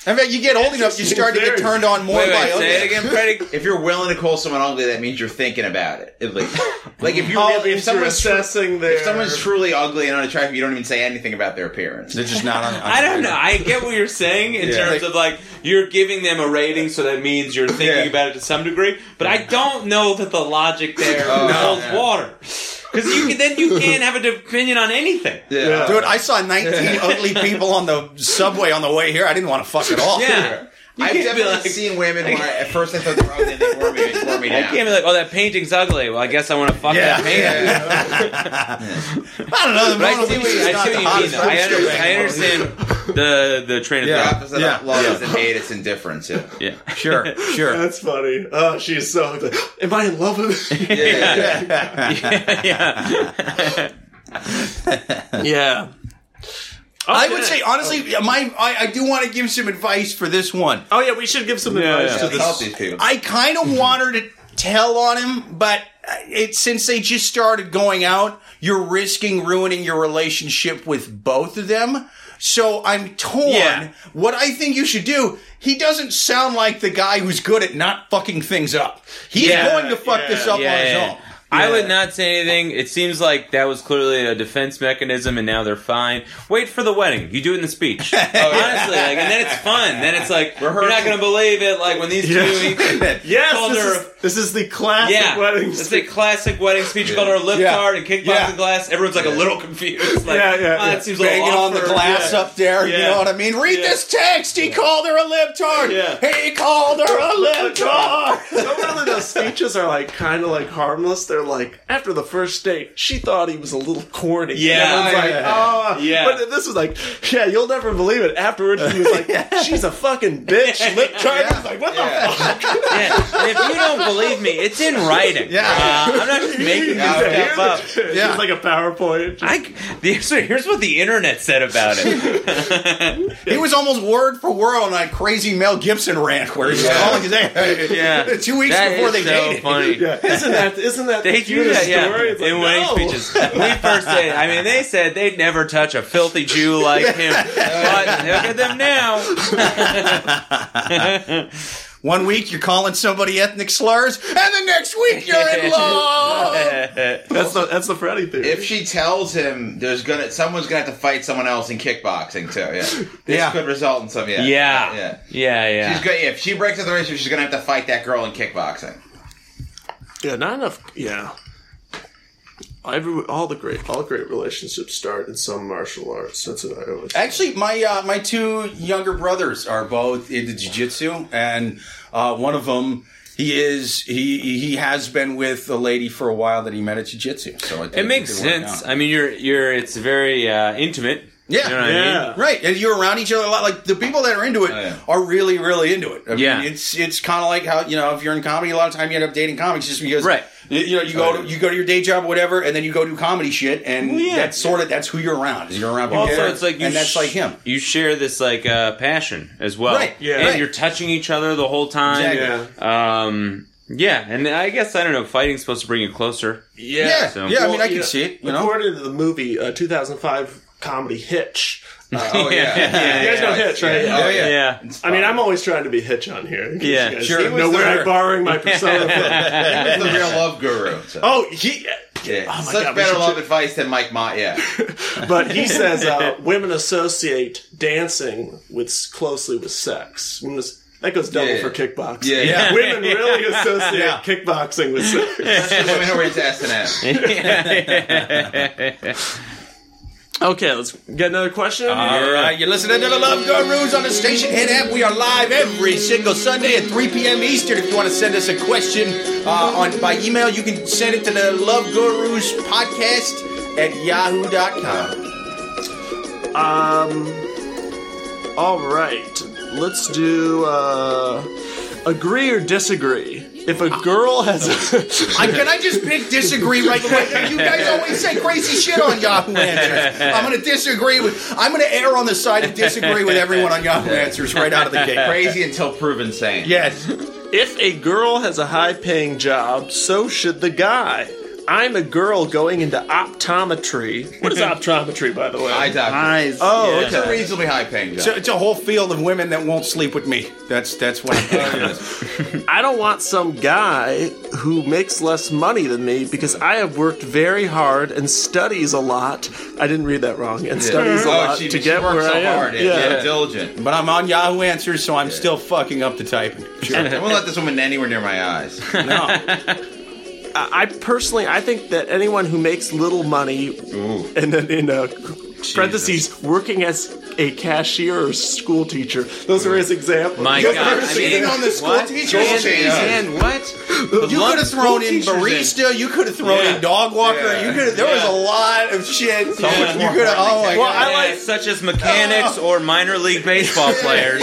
[SPEAKER 1] In fact, you get old enough, you start to get
[SPEAKER 3] Very-
[SPEAKER 1] turned on more
[SPEAKER 4] Wait,
[SPEAKER 1] by
[SPEAKER 4] wait,
[SPEAKER 1] ugly.
[SPEAKER 4] say it again, Freddie.
[SPEAKER 2] If you're willing to call someone ugly, that means you're thinking about it at least. Like if you
[SPEAKER 3] All
[SPEAKER 2] really, if
[SPEAKER 3] these are
[SPEAKER 2] someone's tru-
[SPEAKER 3] assessing their.
[SPEAKER 2] if someone's truly ugly and unattractive, you don't even say anything about their appearance.
[SPEAKER 1] They're just not on.
[SPEAKER 4] I don't know. I get what you're saying in terms of like you're giving them a rating, so that means you're thinking
[SPEAKER 2] Yeah.
[SPEAKER 4] about it to some degree. But I don't know that the logic there
[SPEAKER 2] Oh,
[SPEAKER 4] holds
[SPEAKER 2] yeah.
[SPEAKER 4] water because you can- then you can't have an opinion on anything.
[SPEAKER 2] Yeah.
[SPEAKER 1] Dude, I saw 19 ugly people on the subway on the way here. I didn't want to fuck at all.
[SPEAKER 4] Yeah, you
[SPEAKER 2] I've
[SPEAKER 4] can't
[SPEAKER 2] definitely
[SPEAKER 4] be like.
[SPEAKER 2] seen women where I, at first I thought they were ugly and they wore me, they wore me
[SPEAKER 4] I
[SPEAKER 2] down.
[SPEAKER 4] can't be like, oh, that painting's ugly. Well, I guess I want to fuck
[SPEAKER 1] Yeah.
[SPEAKER 4] that painting.
[SPEAKER 1] I don't know. The
[SPEAKER 4] But I
[SPEAKER 1] Mona
[SPEAKER 4] see what,
[SPEAKER 1] Lisa's
[SPEAKER 4] I
[SPEAKER 1] not
[SPEAKER 4] see
[SPEAKER 1] the
[SPEAKER 4] what you mean.
[SPEAKER 1] hottest
[SPEAKER 4] Though. I,
[SPEAKER 1] thing
[SPEAKER 4] under,
[SPEAKER 1] she's
[SPEAKER 4] I
[SPEAKER 1] ever made.
[SPEAKER 4] understand the the train of
[SPEAKER 2] The
[SPEAKER 1] Yeah.
[SPEAKER 4] thought.
[SPEAKER 2] opposite
[SPEAKER 1] Yeah.
[SPEAKER 2] of love
[SPEAKER 1] Yeah.
[SPEAKER 2] is an hate, it's indifference. Yeah.
[SPEAKER 4] Yeah.
[SPEAKER 1] Sure, sure.
[SPEAKER 3] That's funny. Oh, she's so ugly. Am I in love with her?
[SPEAKER 2] Yeah, yeah, yeah.
[SPEAKER 4] yeah.
[SPEAKER 3] yeah.
[SPEAKER 1] I
[SPEAKER 3] Okay.
[SPEAKER 1] would say honestly, my I, I do want to give some advice for this one.
[SPEAKER 3] Oh yeah, we should give some
[SPEAKER 4] Yeah,
[SPEAKER 3] advice
[SPEAKER 4] yeah.
[SPEAKER 3] to
[SPEAKER 2] Help
[SPEAKER 3] this.
[SPEAKER 2] these people.
[SPEAKER 1] I kind
[SPEAKER 4] Mm-hmm.
[SPEAKER 1] of want her to tell on him, but uh, it since they just started going out, you're risking ruining your relationship with both of them. So I'm torn.
[SPEAKER 4] Yeah.
[SPEAKER 1] What I think you should do, he doesn't sound like the guy who's good at not fucking things up. He's
[SPEAKER 4] Yeah,
[SPEAKER 1] going to fuck
[SPEAKER 3] yeah,
[SPEAKER 1] this up on
[SPEAKER 4] Yeah,
[SPEAKER 1] his
[SPEAKER 4] yeah,
[SPEAKER 1] own.
[SPEAKER 4] yeah. I would not say anything. It seems like that was clearly a defense mechanism, and now they're fine. Wait for the wedding. You do it in the speech,
[SPEAKER 1] Oh,
[SPEAKER 4] honestly, like, and then it's fun. Then it's like you're not going to believe it. Like when these two,
[SPEAKER 3] Yes,
[SPEAKER 4] Called
[SPEAKER 3] this
[SPEAKER 4] her-
[SPEAKER 3] is, this is the classic
[SPEAKER 4] yeah,
[SPEAKER 3] wedding.
[SPEAKER 4] it's a classic wedding speech called our lip
[SPEAKER 1] Yeah.
[SPEAKER 4] card and kickboxing
[SPEAKER 1] Yeah.
[SPEAKER 4] glass. Everyone's like a little confused. Like,
[SPEAKER 3] Yeah, yeah,
[SPEAKER 4] oh,
[SPEAKER 3] yeah.
[SPEAKER 4] that seems a little
[SPEAKER 1] Banging on
[SPEAKER 4] awkward.
[SPEAKER 1] the glass up there, you
[SPEAKER 3] Yeah.
[SPEAKER 1] know what I mean? Read
[SPEAKER 3] Yeah.
[SPEAKER 1] this text. He called her a libtard.
[SPEAKER 3] Yeah.
[SPEAKER 1] He called her a
[SPEAKER 3] Oh,
[SPEAKER 1] libtard.
[SPEAKER 3] Some of those speeches are like kind of like harmless. They're like after the first date, she thought he was a little corny. And
[SPEAKER 4] Yeah.
[SPEAKER 3] everyone's like,
[SPEAKER 4] Yeah.
[SPEAKER 3] oh,
[SPEAKER 4] Yeah.
[SPEAKER 3] But this was like, yeah, you'll never believe it. Afterwards, he was like, she's a fucking bitch. Lip tried. I was like, what the fuck?
[SPEAKER 4] Yeah. And if you don't believe me, it's in writing.
[SPEAKER 1] Yeah.
[SPEAKER 4] Uh, I'm not just making
[SPEAKER 2] Yeah,
[SPEAKER 4] this
[SPEAKER 2] yeah.
[SPEAKER 4] stuff up.
[SPEAKER 1] Yeah.
[SPEAKER 3] She's like a PowerPoint.
[SPEAKER 4] I, here's, here's what the internet said about it.
[SPEAKER 1] He was almost word for word on that crazy Mel Gibson rant where he was calling his aunt.
[SPEAKER 4] Yeah.
[SPEAKER 1] Two weeks
[SPEAKER 4] That
[SPEAKER 1] before
[SPEAKER 4] is
[SPEAKER 1] they
[SPEAKER 4] so
[SPEAKER 1] dated.
[SPEAKER 4] Funny.
[SPEAKER 3] yeah. Isn't that isn't that
[SPEAKER 4] They do
[SPEAKER 3] the cutest
[SPEAKER 4] that, yeah.
[SPEAKER 3] story? It's like,
[SPEAKER 4] in wedding
[SPEAKER 3] no.
[SPEAKER 4] speeches. We first said, I mean, they said they'd never touch a filthy Jew like him. But look at them now.
[SPEAKER 1] One week you're calling somebody ethnic slurs, and the next week you're in love.
[SPEAKER 3] That's the that's the Freddy theory.
[SPEAKER 2] If she tells him there's gonna someone's gonna have to fight someone else in kickboxing too, yeah. This
[SPEAKER 1] Yeah.
[SPEAKER 2] could result in some yeah.
[SPEAKER 4] yeah.
[SPEAKER 2] Yeah.
[SPEAKER 4] Yeah, yeah.
[SPEAKER 2] She's gonna, if she breaks up the relationship, she's gonna have to fight that girl in kickboxing.
[SPEAKER 3] Yeah, not enough. Yeah, every all the great all great relationships start in some martial arts. That's what I always.
[SPEAKER 1] Actually, my uh, my two younger brothers are both into jujitsu, and uh, one of them he is he he has been with a lady for a while that he met at jujitsu. So
[SPEAKER 4] It makes sense. I mean, you're, you're, it's very uh, intimate.
[SPEAKER 1] Yeah,
[SPEAKER 4] You know what I
[SPEAKER 3] Yeah.
[SPEAKER 4] mean?
[SPEAKER 1] Right, and you're around each other a lot. Like the people that are into it
[SPEAKER 2] yeah.
[SPEAKER 1] are really, really into it. I mean,
[SPEAKER 4] Oh, Yeah.
[SPEAKER 1] it's it's kind of like how you know if you're in comedy, a lot of time you end up dating comics just because
[SPEAKER 4] Right. Oh,
[SPEAKER 1] You, you know, you go to, you go to your day job, or whatever, and then you go do comedy shit, and
[SPEAKER 4] yeah.
[SPEAKER 1] that's sort of that's who you're around. is You're around people,
[SPEAKER 4] Also,
[SPEAKER 1] that-
[SPEAKER 4] it's like you
[SPEAKER 1] and that's
[SPEAKER 4] sh-
[SPEAKER 1] like him.
[SPEAKER 4] You share this like uh, passion as well,
[SPEAKER 1] Right, yeah.
[SPEAKER 4] And
[SPEAKER 1] Right.
[SPEAKER 4] you're touching each other the whole time.
[SPEAKER 1] Exactly.
[SPEAKER 4] Um, Yeah, and I guess I don't know. Fighting's supposed to bring you closer.
[SPEAKER 3] Yeah.
[SPEAKER 1] Yeah,
[SPEAKER 4] so-
[SPEAKER 1] yeah. I mean, I
[SPEAKER 3] Well,
[SPEAKER 1] can
[SPEAKER 3] you know,
[SPEAKER 1] see it. You know,
[SPEAKER 3] According to the movie, uh, 2005 comedy Hitch.
[SPEAKER 2] Oh yeah,
[SPEAKER 4] yeah,
[SPEAKER 3] You guys know Hitch, right?
[SPEAKER 2] Yeah.
[SPEAKER 1] Oh, yeah.
[SPEAKER 4] Yeah,
[SPEAKER 3] I mean, I'm always trying to be Hitch on here. in case
[SPEAKER 4] Yeah,
[SPEAKER 3] you guys
[SPEAKER 2] sure.
[SPEAKER 3] don't
[SPEAKER 2] He was
[SPEAKER 3] Know
[SPEAKER 2] the-
[SPEAKER 3] where I'm borrowing my persona from.
[SPEAKER 2] He was the real love guru. So.
[SPEAKER 3] Oh, he.
[SPEAKER 2] yeah.
[SPEAKER 3] oh my
[SPEAKER 2] Such
[SPEAKER 3] God, we
[SPEAKER 2] better
[SPEAKER 3] should-
[SPEAKER 2] love advice than Mike Mott. Yeah,
[SPEAKER 3] But he says uh, women associate dancing with closely with sex. Women as- that goes double
[SPEAKER 2] Yeah.
[SPEAKER 3] for kickboxing.
[SPEAKER 2] Yeah, yeah.
[SPEAKER 3] Women really associate kickboxing with sex.
[SPEAKER 2] Just women who are into S and M.
[SPEAKER 3] okay, let's get another question.
[SPEAKER 1] All right, you're listening to the Love Gurus on the Station Hit app. We are live every single Sunday at 3 p.m. Eastern. If you want to send us a question uh, on by email, you can send it to the Love Gurus podcast at yahoo.com.
[SPEAKER 3] Um. All right, let's do uh, agree or disagree. If a girl has, a,
[SPEAKER 1] I, can I just pick disagree right away? You guys always say crazy shit on Yahoo Answers. I'm going to disagree with. I'm going to err on the side of disagree with everyone on Yahoo Answers right out of the gate.
[SPEAKER 2] Crazy until proven sane.
[SPEAKER 1] Yes.
[SPEAKER 3] if a girl has a high-paying job, so should the guy. I'm a girl going into optometry. What is optometry, by the way?
[SPEAKER 2] Eye doctor.
[SPEAKER 5] Eyes.
[SPEAKER 3] oh,
[SPEAKER 2] It's a
[SPEAKER 3] okay.
[SPEAKER 2] reasonably high paying
[SPEAKER 1] So
[SPEAKER 2] job.
[SPEAKER 1] it's a whole field of women that won't sleep with me. That's that's what I'm getting at.
[SPEAKER 3] I don't want some guy who makes less money than me because I have worked very hard and studies a lot. I didn't read that wrong. And studies a
[SPEAKER 2] oh,
[SPEAKER 3] lot
[SPEAKER 2] she,
[SPEAKER 3] to
[SPEAKER 2] she
[SPEAKER 3] get
[SPEAKER 2] worked
[SPEAKER 3] where
[SPEAKER 2] so
[SPEAKER 3] I am.
[SPEAKER 2] hard. Yeah, yeah, diligent.
[SPEAKER 1] But I'm on Yahoo Answers, so I'm still fucking up the typing. Sure.
[SPEAKER 2] I won't let this woman anywhere near my eyes.
[SPEAKER 1] no.
[SPEAKER 3] I I personally, I think that anyone who makes little money,
[SPEAKER 2] Ooh.
[SPEAKER 3] and then in uh, parentheses, working as a cashier or school teacher, those are his examples.
[SPEAKER 4] my
[SPEAKER 3] Those
[SPEAKER 4] God.
[SPEAKER 3] are
[SPEAKER 4] I
[SPEAKER 3] his
[SPEAKER 4] mean,
[SPEAKER 1] cheating on the school
[SPEAKER 4] what?
[SPEAKER 1] teachers?
[SPEAKER 4] And-
[SPEAKER 2] Yeah.
[SPEAKER 4] and what?
[SPEAKER 1] You could have thrown in barista. You could have thrown
[SPEAKER 4] Yeah.
[SPEAKER 1] in dog walker.
[SPEAKER 2] Yeah.
[SPEAKER 1] You could. have There was a lot of shit. So
[SPEAKER 2] much
[SPEAKER 1] You
[SPEAKER 2] more
[SPEAKER 1] could have. Oh my
[SPEAKER 2] Well,
[SPEAKER 1] god.
[SPEAKER 4] I like such as mechanics
[SPEAKER 1] Oh.
[SPEAKER 4] or minor league baseball players.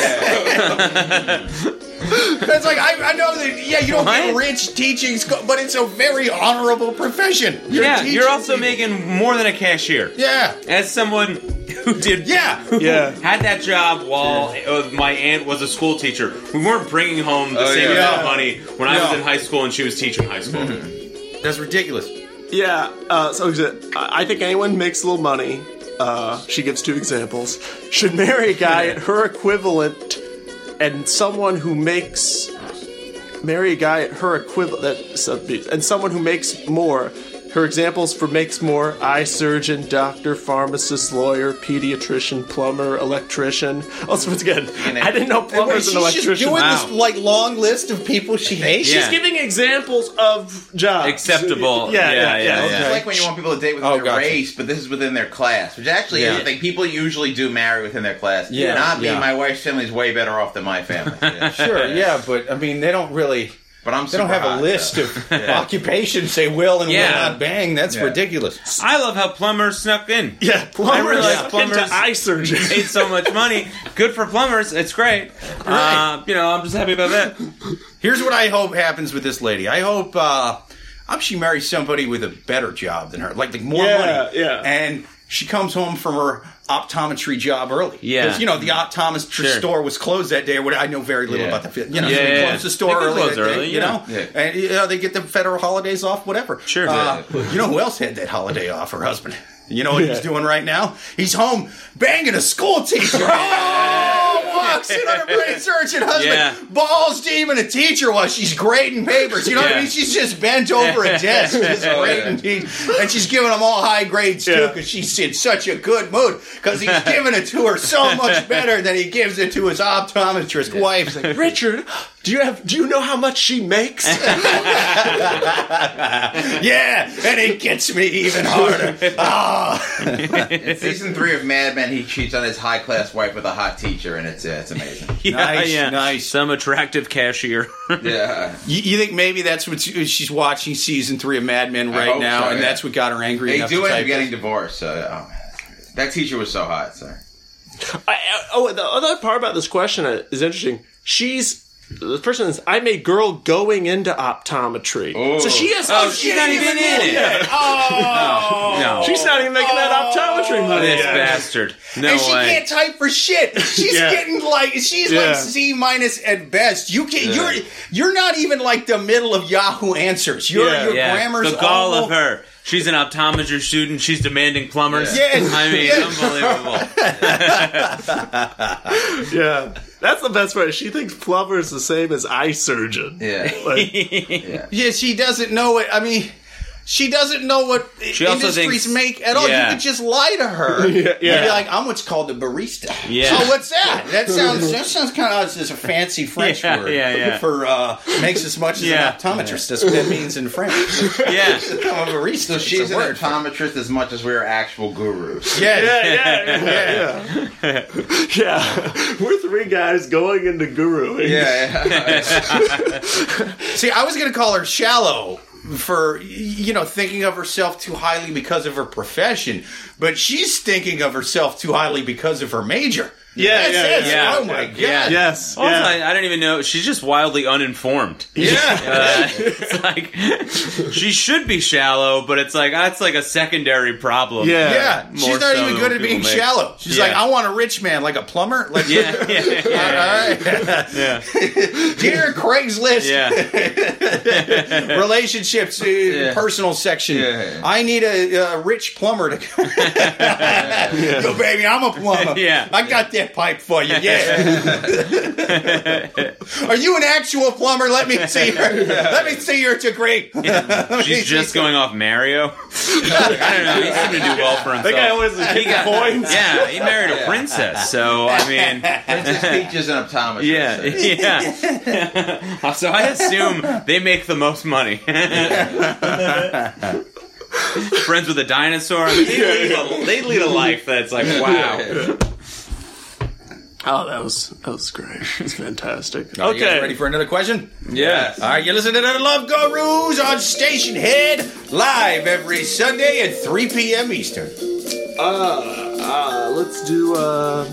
[SPEAKER 1] That's like I, I know that. Yeah, you don't get
[SPEAKER 4] What?
[SPEAKER 1] rich teaching, sco- but it's a very honorable profession. You're
[SPEAKER 4] yeah,
[SPEAKER 1] teaching
[SPEAKER 4] you're also
[SPEAKER 1] people.
[SPEAKER 4] making more than a cashier.
[SPEAKER 1] Yeah.
[SPEAKER 4] As someone who did
[SPEAKER 1] Yeah.
[SPEAKER 3] Yeah.
[SPEAKER 4] had that job while uh, my aunt was a school teacher. We weren't bringing home the
[SPEAKER 2] Oh,
[SPEAKER 4] same
[SPEAKER 2] yeah.
[SPEAKER 4] amount
[SPEAKER 1] Yeah.
[SPEAKER 4] of money when I was
[SPEAKER 1] No.
[SPEAKER 4] in high school and she was teaching high school.
[SPEAKER 1] That's ridiculous.
[SPEAKER 3] Yeah. Uh, so exa- I I think anyone who makes little money. Uh, she gives two examples. Should marry a guy at her equivalent, and someone who makes marry a guy at her equivalent. That sub- and someone who makes more. Her examples for makes more: eye surgeon, doctor, pharmacist, lawyer, pediatrician, plumber, electrician. Also, once again,
[SPEAKER 2] it-
[SPEAKER 3] I didn't know
[SPEAKER 1] Wait,
[SPEAKER 3] plumbers
[SPEAKER 1] she's
[SPEAKER 3] and electrician.
[SPEAKER 1] just doing
[SPEAKER 4] Wow.
[SPEAKER 1] this like long list of people she hates.
[SPEAKER 4] Yeah.
[SPEAKER 3] She's giving examples of jobs
[SPEAKER 4] Acceptable.
[SPEAKER 3] Yeah,
[SPEAKER 4] Yeah,
[SPEAKER 3] yeah,
[SPEAKER 4] yeah,
[SPEAKER 3] yeah.
[SPEAKER 4] yeah.
[SPEAKER 2] It's like when you want people to date within
[SPEAKER 1] Oh,
[SPEAKER 2] their
[SPEAKER 1] gotcha.
[SPEAKER 2] race, but this is within their class, which actually
[SPEAKER 1] Yeah.
[SPEAKER 2] is the thing. People usually do marry within their class.
[SPEAKER 1] Yeah,
[SPEAKER 2] Not me.
[SPEAKER 1] yeah.
[SPEAKER 2] My wife's family is way better off than my family. Yeah.
[SPEAKER 1] Sure, yeah, but I mean, they don't really.
[SPEAKER 2] But I'm
[SPEAKER 1] They don't
[SPEAKER 2] super
[SPEAKER 1] have
[SPEAKER 2] hot,
[SPEAKER 1] a list
[SPEAKER 2] so.
[SPEAKER 1] of occupations they will and
[SPEAKER 4] Yeah.
[SPEAKER 1] will not bang. That's
[SPEAKER 2] Yeah.
[SPEAKER 1] ridiculous.
[SPEAKER 4] I love how plumbers snuck in.
[SPEAKER 3] Yeah, plumbers.
[SPEAKER 4] realize
[SPEAKER 3] into
[SPEAKER 4] plumbers-
[SPEAKER 3] eye surgeon.
[SPEAKER 4] Paid so much money. Good for plumbers. It's great. Uh, you know, I'm just happy about that.
[SPEAKER 1] Here's what I hope happens with this lady. I hope uh, I hope she marries somebody with a better job than her, like, like more
[SPEAKER 3] Yeah,
[SPEAKER 1] money.
[SPEAKER 3] yeah.
[SPEAKER 1] And she comes home from her optometry job early.
[SPEAKER 4] Yeah.
[SPEAKER 1] 'Cause, you know the optometry
[SPEAKER 4] Sure.
[SPEAKER 1] store was closed that day. Or whatever. I know very little
[SPEAKER 2] Yeah.
[SPEAKER 1] about the field. You know,
[SPEAKER 4] Yeah,
[SPEAKER 1] so they
[SPEAKER 4] yeah,
[SPEAKER 1] closed
[SPEAKER 4] yeah.
[SPEAKER 1] the store
[SPEAKER 4] They could
[SPEAKER 1] early.
[SPEAKER 4] close
[SPEAKER 1] that day,
[SPEAKER 4] early,
[SPEAKER 1] you
[SPEAKER 4] yeah.
[SPEAKER 1] know,
[SPEAKER 2] Yeah.
[SPEAKER 1] and you know they get the federal holidays off. Whatever.
[SPEAKER 4] Sure.
[SPEAKER 1] Uh, you know who else had that holiday off? Her husband. You know what he's
[SPEAKER 3] Yeah.
[SPEAKER 1] doing right now? He's home banging a school teacher. oh, walks in on a brain surgeon husband,
[SPEAKER 4] Yeah.
[SPEAKER 1] balls deep in a teacher while she's grading papers. You know what I
[SPEAKER 4] Yeah. Oh,
[SPEAKER 1] mean? She's just bent over a desk, just grading papers, and she's giving them all high grades too
[SPEAKER 3] Yeah.
[SPEAKER 1] because she's in such a good mood because he's giving it to her so much better than he gives it to his optometrist wife. It's like,
[SPEAKER 3] Richard, do you have? Do you know how much she makes?
[SPEAKER 1] yeah, and it gets me even harder. Ah.
[SPEAKER 2] In season three of Mad Men, he cheats on his high class wife with a hot teacher, and it's yeah, it's amazing.
[SPEAKER 4] Yeah,
[SPEAKER 1] Nice, nice. Oh,
[SPEAKER 4] Some attractive cashier.
[SPEAKER 2] Yeah,
[SPEAKER 1] You, you think maybe that's what she- she's watching season three of Mad Men right
[SPEAKER 2] hope
[SPEAKER 1] now,
[SPEAKER 2] so,
[SPEAKER 1] and
[SPEAKER 2] yeah.
[SPEAKER 1] that's what got her angry.
[SPEAKER 2] they
[SPEAKER 1] enough
[SPEAKER 2] do
[SPEAKER 1] to
[SPEAKER 2] end
[SPEAKER 1] type
[SPEAKER 2] up getting divorced. So oh, man. that teacher was so hot. So
[SPEAKER 3] I, I- oh, the other part about this question is interesting. She's the person is I'm a girl going into optometry. So she has
[SPEAKER 4] Oh, she's not even in it.
[SPEAKER 1] Oh,
[SPEAKER 4] No,
[SPEAKER 3] She's not even making that optometry money.
[SPEAKER 4] this
[SPEAKER 3] yet.
[SPEAKER 4] bastard. No
[SPEAKER 1] and she
[SPEAKER 4] way.
[SPEAKER 1] can't type for shit. She's
[SPEAKER 6] Yeah.
[SPEAKER 1] getting like she's
[SPEAKER 6] Yeah.
[SPEAKER 1] like C minus at best. You can't. You're you're not even like the middle of Yahoo answers. Your
[SPEAKER 6] Yeah.
[SPEAKER 1] your
[SPEAKER 4] Yeah,
[SPEAKER 1] grammar's
[SPEAKER 4] the gall
[SPEAKER 1] awful.
[SPEAKER 4] of her. She's an optometry student. She's demanding plumbers.
[SPEAKER 1] Yeah. Yes.
[SPEAKER 4] I mean,
[SPEAKER 1] Yes.
[SPEAKER 4] unbelievable.
[SPEAKER 6] Yeah.
[SPEAKER 3] That's the best part. She thinks plumber is the same as eye surgeon.
[SPEAKER 1] Yeah,
[SPEAKER 3] Like,
[SPEAKER 1] yeah. She doesn't know it. I mean. She doesn't know what
[SPEAKER 4] She also
[SPEAKER 1] industries
[SPEAKER 4] thinks-
[SPEAKER 1] make at all.
[SPEAKER 4] yeah.
[SPEAKER 1] You could just lie to her. yeah,
[SPEAKER 3] yeah.
[SPEAKER 1] be like, I'm what's called a barista.
[SPEAKER 4] Yeah.
[SPEAKER 1] So what's that? That sounds that sounds kind of just a fancy French
[SPEAKER 4] Yeah,
[SPEAKER 1] word
[SPEAKER 4] yeah, yeah.
[SPEAKER 1] for uh, makes as much as
[SPEAKER 4] Yeah.
[SPEAKER 1] an optometrist. That's what that means in French.
[SPEAKER 4] Yeah.
[SPEAKER 1] I'm a barista.
[SPEAKER 2] So
[SPEAKER 1] It's
[SPEAKER 2] she's
[SPEAKER 1] a
[SPEAKER 2] an
[SPEAKER 1] word for it.
[SPEAKER 2] optometrist as much as we're actual gurus.
[SPEAKER 1] Yeah,
[SPEAKER 3] yeah, yeah, yeah, yeah. yeah. We're three guys going into guruing.
[SPEAKER 2] Yeah,
[SPEAKER 1] See, I was going to call her shallow for you know thinking of herself too highly because of her profession, but she's thinking of herself too highly because of her major.
[SPEAKER 3] Yeah,
[SPEAKER 1] That's
[SPEAKER 3] yeah,
[SPEAKER 1] it.
[SPEAKER 4] yeah.
[SPEAKER 1] Oh my
[SPEAKER 4] Yeah.
[SPEAKER 1] god.
[SPEAKER 3] Yes.
[SPEAKER 4] Also,
[SPEAKER 3] yeah.
[SPEAKER 4] I, I don't even know. She's just wildly uninformed.
[SPEAKER 1] Yeah.
[SPEAKER 4] Uh, it's like she should be shallow, but it's like that's like a secondary problem.
[SPEAKER 3] Yeah.
[SPEAKER 1] Yeah.
[SPEAKER 4] More
[SPEAKER 1] She's not
[SPEAKER 4] so
[SPEAKER 1] even
[SPEAKER 4] than
[SPEAKER 1] good at
[SPEAKER 4] people
[SPEAKER 1] being
[SPEAKER 4] make.
[SPEAKER 1] shallow. She's
[SPEAKER 4] Yeah.
[SPEAKER 1] like, I want a rich man, like a plumber. Like,
[SPEAKER 4] yeah, yeah,
[SPEAKER 1] all
[SPEAKER 4] yeah.
[SPEAKER 1] right.
[SPEAKER 4] yeah.
[SPEAKER 1] Dear Craigslist
[SPEAKER 4] yeah.
[SPEAKER 1] relationships, uh, personal section. I need a, a rich plumber to come. Yo, baby, I'm a plumber.
[SPEAKER 4] Yeah.
[SPEAKER 1] I got that pipe for you. Yeah. Are you an actual plumber? Let me see your, let me see your degree.
[SPEAKER 4] She's just going off Mario. I don't know. He seemed to do well for himself.
[SPEAKER 3] That guy always
[SPEAKER 4] he got,
[SPEAKER 3] points.
[SPEAKER 4] Yeah, he married a princess. So I mean,
[SPEAKER 2] yeah. Peach is an optometrist.
[SPEAKER 4] yeah, yeah. so I assume they make the most money. Friends with a dinosaur. I mean, They lead a, they lead a life that's like wow.
[SPEAKER 3] Oh, that was that was great. It's fantastic.
[SPEAKER 1] Are you guys
[SPEAKER 3] okay.
[SPEAKER 1] ready for another question?
[SPEAKER 4] Yeah.
[SPEAKER 1] All right, you listen to the Love Gurus on Station Head live every Sunday at 3 p.m. Eastern.
[SPEAKER 3] Uh, let's do. Uh...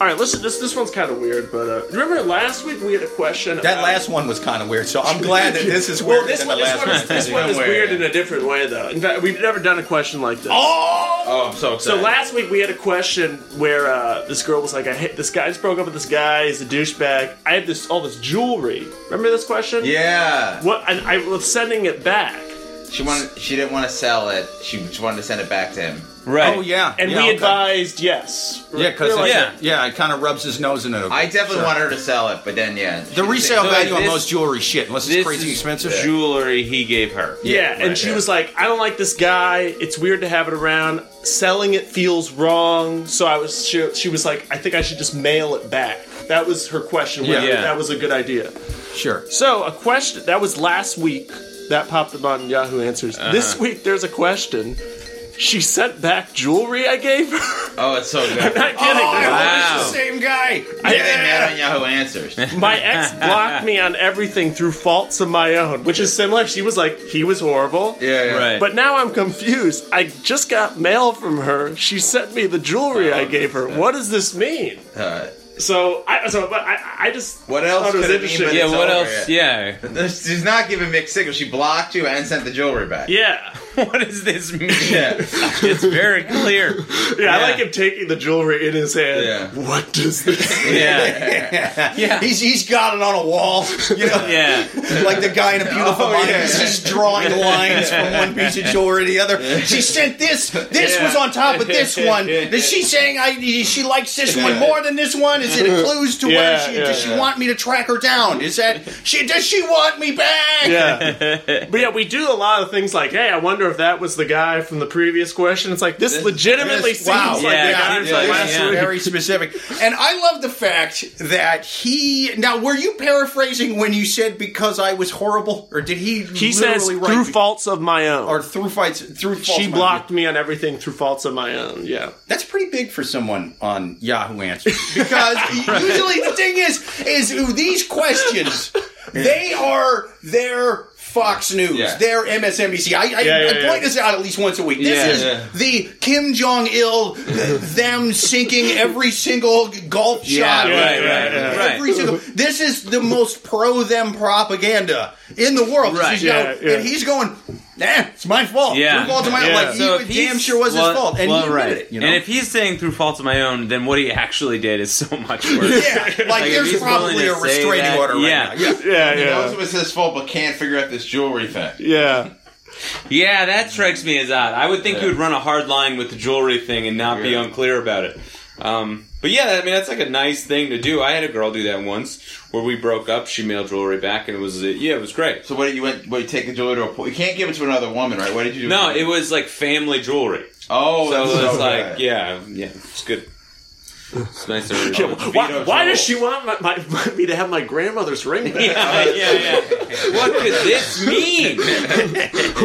[SPEAKER 3] All right, listen. This this one's kind of weird, but uh, remember last week we had a question.
[SPEAKER 1] That
[SPEAKER 3] about-
[SPEAKER 1] last one was kind of weird, so I'm glad that this is weird.
[SPEAKER 3] Well, this
[SPEAKER 1] than
[SPEAKER 3] one,
[SPEAKER 1] the
[SPEAKER 3] this
[SPEAKER 1] last
[SPEAKER 3] one, is, this one is weird in a different way, though. In fact, we've never done a question like this.
[SPEAKER 1] Oh!
[SPEAKER 2] Oh, I'm so
[SPEAKER 3] So
[SPEAKER 2] excited.
[SPEAKER 3] last week we had a question where uh, this girl was like, "I hate this guy. I just broke up with this guy. He's a douchebag. I have this all this jewelry. Remember this question?
[SPEAKER 2] yeah,
[SPEAKER 3] What? And I was sending it back,
[SPEAKER 2] she wanted. She didn't want to sell it. She just wanted to send it back to him.
[SPEAKER 4] Right.
[SPEAKER 1] Oh, yeah.
[SPEAKER 3] and
[SPEAKER 1] yeah,
[SPEAKER 3] we
[SPEAKER 1] okay.
[SPEAKER 3] advised yes.
[SPEAKER 1] Yeah, because
[SPEAKER 3] We're like,
[SPEAKER 4] Yeah.
[SPEAKER 1] yeah. yeah, it kind of rubs his nose in it.
[SPEAKER 2] I definitely wanted her to sell it, but then yeah,
[SPEAKER 1] the resale
[SPEAKER 4] So
[SPEAKER 1] value on
[SPEAKER 4] this-
[SPEAKER 1] most jewelry shit, unless
[SPEAKER 4] This
[SPEAKER 1] it's crazy
[SPEAKER 4] is
[SPEAKER 1] expensive.
[SPEAKER 4] jewelry he gave her.
[SPEAKER 3] Yeah, and
[SPEAKER 2] right,
[SPEAKER 3] she
[SPEAKER 2] yeah.
[SPEAKER 3] was like, I don't like this guy. It's weird to have it around. Selling it feels wrong. So I was she, she was like, I think I should just mail it back. That was her question. whether
[SPEAKER 4] Yeah.
[SPEAKER 3] that was a good idea.
[SPEAKER 1] Sure.
[SPEAKER 3] So a question that was last week that popped up on Yahoo Answers. This week there's a question. She sent back jewelry I gave her.
[SPEAKER 2] Oh, it's so good.
[SPEAKER 3] Not kidding.
[SPEAKER 4] Wow.
[SPEAKER 1] It's the same guy.
[SPEAKER 3] I-
[SPEAKER 2] They mad on Yahoo Answers.
[SPEAKER 3] My ex blocked me on everything through faults of my own, which is similar. She was like, he was horrible.
[SPEAKER 2] Yeah, yeah.
[SPEAKER 4] Right.
[SPEAKER 3] But now I'm confused. I just got mail from her. She sent me the jewelry
[SPEAKER 2] Oh,
[SPEAKER 3] I gave her. What does this mean?
[SPEAKER 2] Uh,
[SPEAKER 3] So I so but I, I just
[SPEAKER 2] What else
[SPEAKER 3] thought
[SPEAKER 2] could it mean
[SPEAKER 3] interesting.
[SPEAKER 2] but
[SPEAKER 4] Yeah.
[SPEAKER 2] It's
[SPEAKER 4] What
[SPEAKER 2] over,
[SPEAKER 4] else? Yeah.
[SPEAKER 2] this- she's not giving mixed signals. She blocked you and sent the jewelry back.
[SPEAKER 3] yeah.
[SPEAKER 4] What does this mean?
[SPEAKER 2] Yeah.
[SPEAKER 4] It's very clear.
[SPEAKER 3] yeah, I like him taking the jewelry in his hand.
[SPEAKER 2] Yeah.
[SPEAKER 3] What does this? mean?
[SPEAKER 4] Yeah.
[SPEAKER 1] Yeah. He's, he's got it on a wall, you know,
[SPEAKER 4] Yeah.
[SPEAKER 1] like the guy in a beautiful
[SPEAKER 2] Oh,
[SPEAKER 1] mind.
[SPEAKER 2] yeah.
[SPEAKER 1] He's just drawing lines from one piece of jewelry to the other. She sent this. This was on top of this one. Is she saying I? She likes this one more than this one? Is it a clues to where
[SPEAKER 3] Yeah,
[SPEAKER 1] she?
[SPEAKER 3] yeah,
[SPEAKER 1] does she
[SPEAKER 2] yeah.
[SPEAKER 1] want me to track her down? Is that she? Does she want me back?
[SPEAKER 3] Yeah. But yeah, we do a lot of things like, hey, I wonder if that was the guy from the previous question. It's like this, legitimately
[SPEAKER 2] this-
[SPEAKER 3] seems
[SPEAKER 1] wow.
[SPEAKER 3] like
[SPEAKER 4] Yeah,
[SPEAKER 3] the
[SPEAKER 4] yeah,
[SPEAKER 3] guy
[SPEAKER 4] it's
[SPEAKER 3] from
[SPEAKER 4] like-
[SPEAKER 3] last
[SPEAKER 4] yeah.
[SPEAKER 3] week.
[SPEAKER 1] Very specific. And I love the fact that he. Now, were you paraphrasing when you said because I was horrible, or did he?
[SPEAKER 3] He says
[SPEAKER 1] literally
[SPEAKER 3] through
[SPEAKER 1] write,
[SPEAKER 3] faults of my own.
[SPEAKER 1] or through fights through. false
[SPEAKER 3] she
[SPEAKER 1] mouth?
[SPEAKER 3] blocked me on everything through faults of my own. Yeah.
[SPEAKER 1] That's pretty big for someone on Yahoo Answers because usually the thing is is these questions they are their Fox News.
[SPEAKER 2] Yeah.
[SPEAKER 1] They're MSNBC. I, I,
[SPEAKER 3] Yeah, yeah,
[SPEAKER 1] I point
[SPEAKER 3] yeah.
[SPEAKER 1] this out at least once a week. This
[SPEAKER 2] Yeah.
[SPEAKER 1] is
[SPEAKER 2] Yeah.
[SPEAKER 1] the Kim Jong Il, them sinking every single golf
[SPEAKER 2] Yeah,
[SPEAKER 1] shot.
[SPEAKER 3] right, right,
[SPEAKER 4] yeah. Right.
[SPEAKER 1] Every single, this is the most pro them propaganda in the world.
[SPEAKER 4] Right.
[SPEAKER 1] He's
[SPEAKER 3] Yeah,
[SPEAKER 1] going-
[SPEAKER 3] yeah.
[SPEAKER 1] And he's going, nah, it's my fault.
[SPEAKER 4] Yeah.
[SPEAKER 1] Your fault to my
[SPEAKER 3] Yeah.
[SPEAKER 1] Like,
[SPEAKER 4] So
[SPEAKER 1] he
[SPEAKER 4] if
[SPEAKER 1] damn
[SPEAKER 4] he's-
[SPEAKER 1] sure was
[SPEAKER 4] well-
[SPEAKER 1] his fault. And
[SPEAKER 4] well,
[SPEAKER 1] he
[SPEAKER 4] right.
[SPEAKER 1] admitted it. You know?
[SPEAKER 4] And if he's saying through fault of my own, then what he actually did is so much worse.
[SPEAKER 1] yeah, like,
[SPEAKER 4] if
[SPEAKER 1] there's
[SPEAKER 4] he's willing
[SPEAKER 1] probably
[SPEAKER 4] to
[SPEAKER 1] a
[SPEAKER 4] say
[SPEAKER 1] restraining
[SPEAKER 4] that-
[SPEAKER 1] order right
[SPEAKER 4] yeah.
[SPEAKER 1] now. Yeah.
[SPEAKER 3] Yeah,
[SPEAKER 2] He knows
[SPEAKER 3] yeah,
[SPEAKER 2] it was his fault, but can't figure out this jewelry thing.
[SPEAKER 3] yeah.
[SPEAKER 4] Yeah, that strikes me as odd. I would think
[SPEAKER 2] Yeah.
[SPEAKER 4] you would run a hard line with the jewelry thing and not be
[SPEAKER 2] Yeah.
[SPEAKER 4] unclear about it. Um, but yeah, I mean that's like a nice thing to do. I had a girl do that once where we broke up. She mailed jewelry back, and it was yeah, it was great.
[SPEAKER 2] So what did you went? What you take the jewelry to a pool? You can't give it to another woman, right? What did you do?
[SPEAKER 4] No, it was like family jewelry.
[SPEAKER 2] oh,
[SPEAKER 4] So
[SPEAKER 2] that's
[SPEAKER 4] it's
[SPEAKER 2] so
[SPEAKER 4] like
[SPEAKER 2] bad.
[SPEAKER 4] yeah, yeah, it's good. It's nice to read.
[SPEAKER 3] Why, why does
[SPEAKER 2] Jewel.
[SPEAKER 3] she want my, my, me to have my grandmother's ring back?
[SPEAKER 4] yeah, yeah, yeah. What could this mean?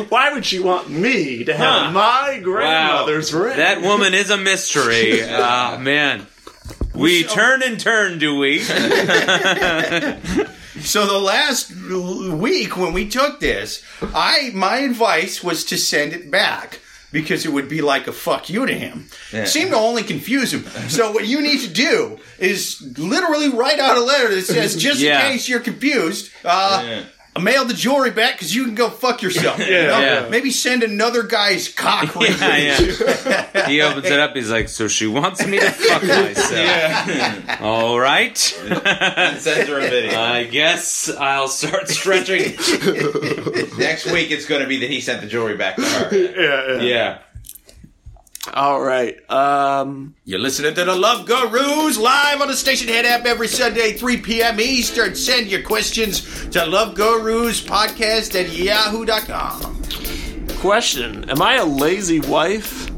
[SPEAKER 3] Why would she want me to have
[SPEAKER 4] Huh.
[SPEAKER 3] my grandmother's ring?
[SPEAKER 4] That woman is a mystery. Ah, man. We turn and turn, do we?
[SPEAKER 1] So the last l- week when we took this, I my advice was to send it back because it would be like a fuck you to him. Seemed to only confuse him. So what you need to do is literally write out a letter that says, just
[SPEAKER 4] Yeah.
[SPEAKER 1] in case you're confused, uh, mail the jewelry back because you can go fuck yourself. you know?
[SPEAKER 4] Yeah.
[SPEAKER 1] Maybe send another guy's cock ring.
[SPEAKER 4] Yeah, yeah. He opens it up. He's like, "So she wants me to fuck myself." All right.
[SPEAKER 2] Sends her a video.
[SPEAKER 4] I guess I'll start stretching.
[SPEAKER 2] Next week it's going to be that he sent the jewelry back to her.
[SPEAKER 3] yeah, yeah.
[SPEAKER 4] Yeah.
[SPEAKER 3] All right. Um,
[SPEAKER 1] You're listening to the Love Gurus live on the Station Head app every Sunday, 3 p.m. Eastern. Send your questions to loveguruspodcast at yahoo.com.
[SPEAKER 3] question: Am I a lazy wife?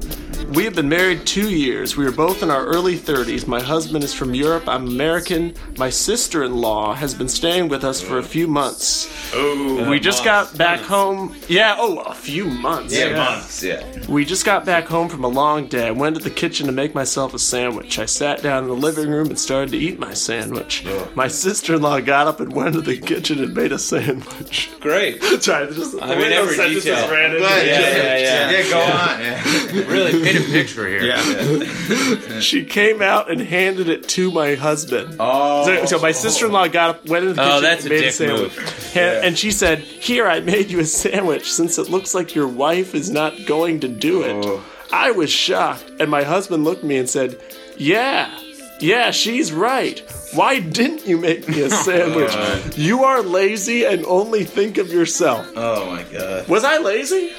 [SPEAKER 3] We have been married two years. We are both in our early 30s. My husband is from Europe. I'm American. My sister in law has been staying with us for a few months. Oh, we just got back home. Yeah, oh, a few months.
[SPEAKER 2] months. Yeah.
[SPEAKER 3] We just got back home from a long day. I went to the kitchen to make myself a sandwich. I sat down in the living room and started to eat my sandwich. My sister in law got up and went to the kitchen and made a sandwich.
[SPEAKER 4] Great.
[SPEAKER 3] Sorry, just,
[SPEAKER 4] I mean, every detail.
[SPEAKER 2] But
[SPEAKER 4] Yeah, yeah, yeah.
[SPEAKER 2] yeah, go on. Yeah.
[SPEAKER 4] Really paint a picture here.
[SPEAKER 3] She came out and handed it to my husband.
[SPEAKER 2] Oh,
[SPEAKER 3] So, so my sister-in-law got up, went into the
[SPEAKER 4] Oh,
[SPEAKER 3] kitchen,
[SPEAKER 4] that's a
[SPEAKER 3] and made a,
[SPEAKER 4] dick
[SPEAKER 3] sandwich, and, and she said, "Here, I made you a sandwich. Since it looks like your wife is not going to do it."
[SPEAKER 4] Oh.
[SPEAKER 3] I was shocked, and my husband looked at me and said, "Yeah, yeah, she's right. Why didn't you make me a
[SPEAKER 4] Oh,
[SPEAKER 3] sandwich? you are lazy and only think of yourself."
[SPEAKER 2] oh my god.
[SPEAKER 3] Was I lazy?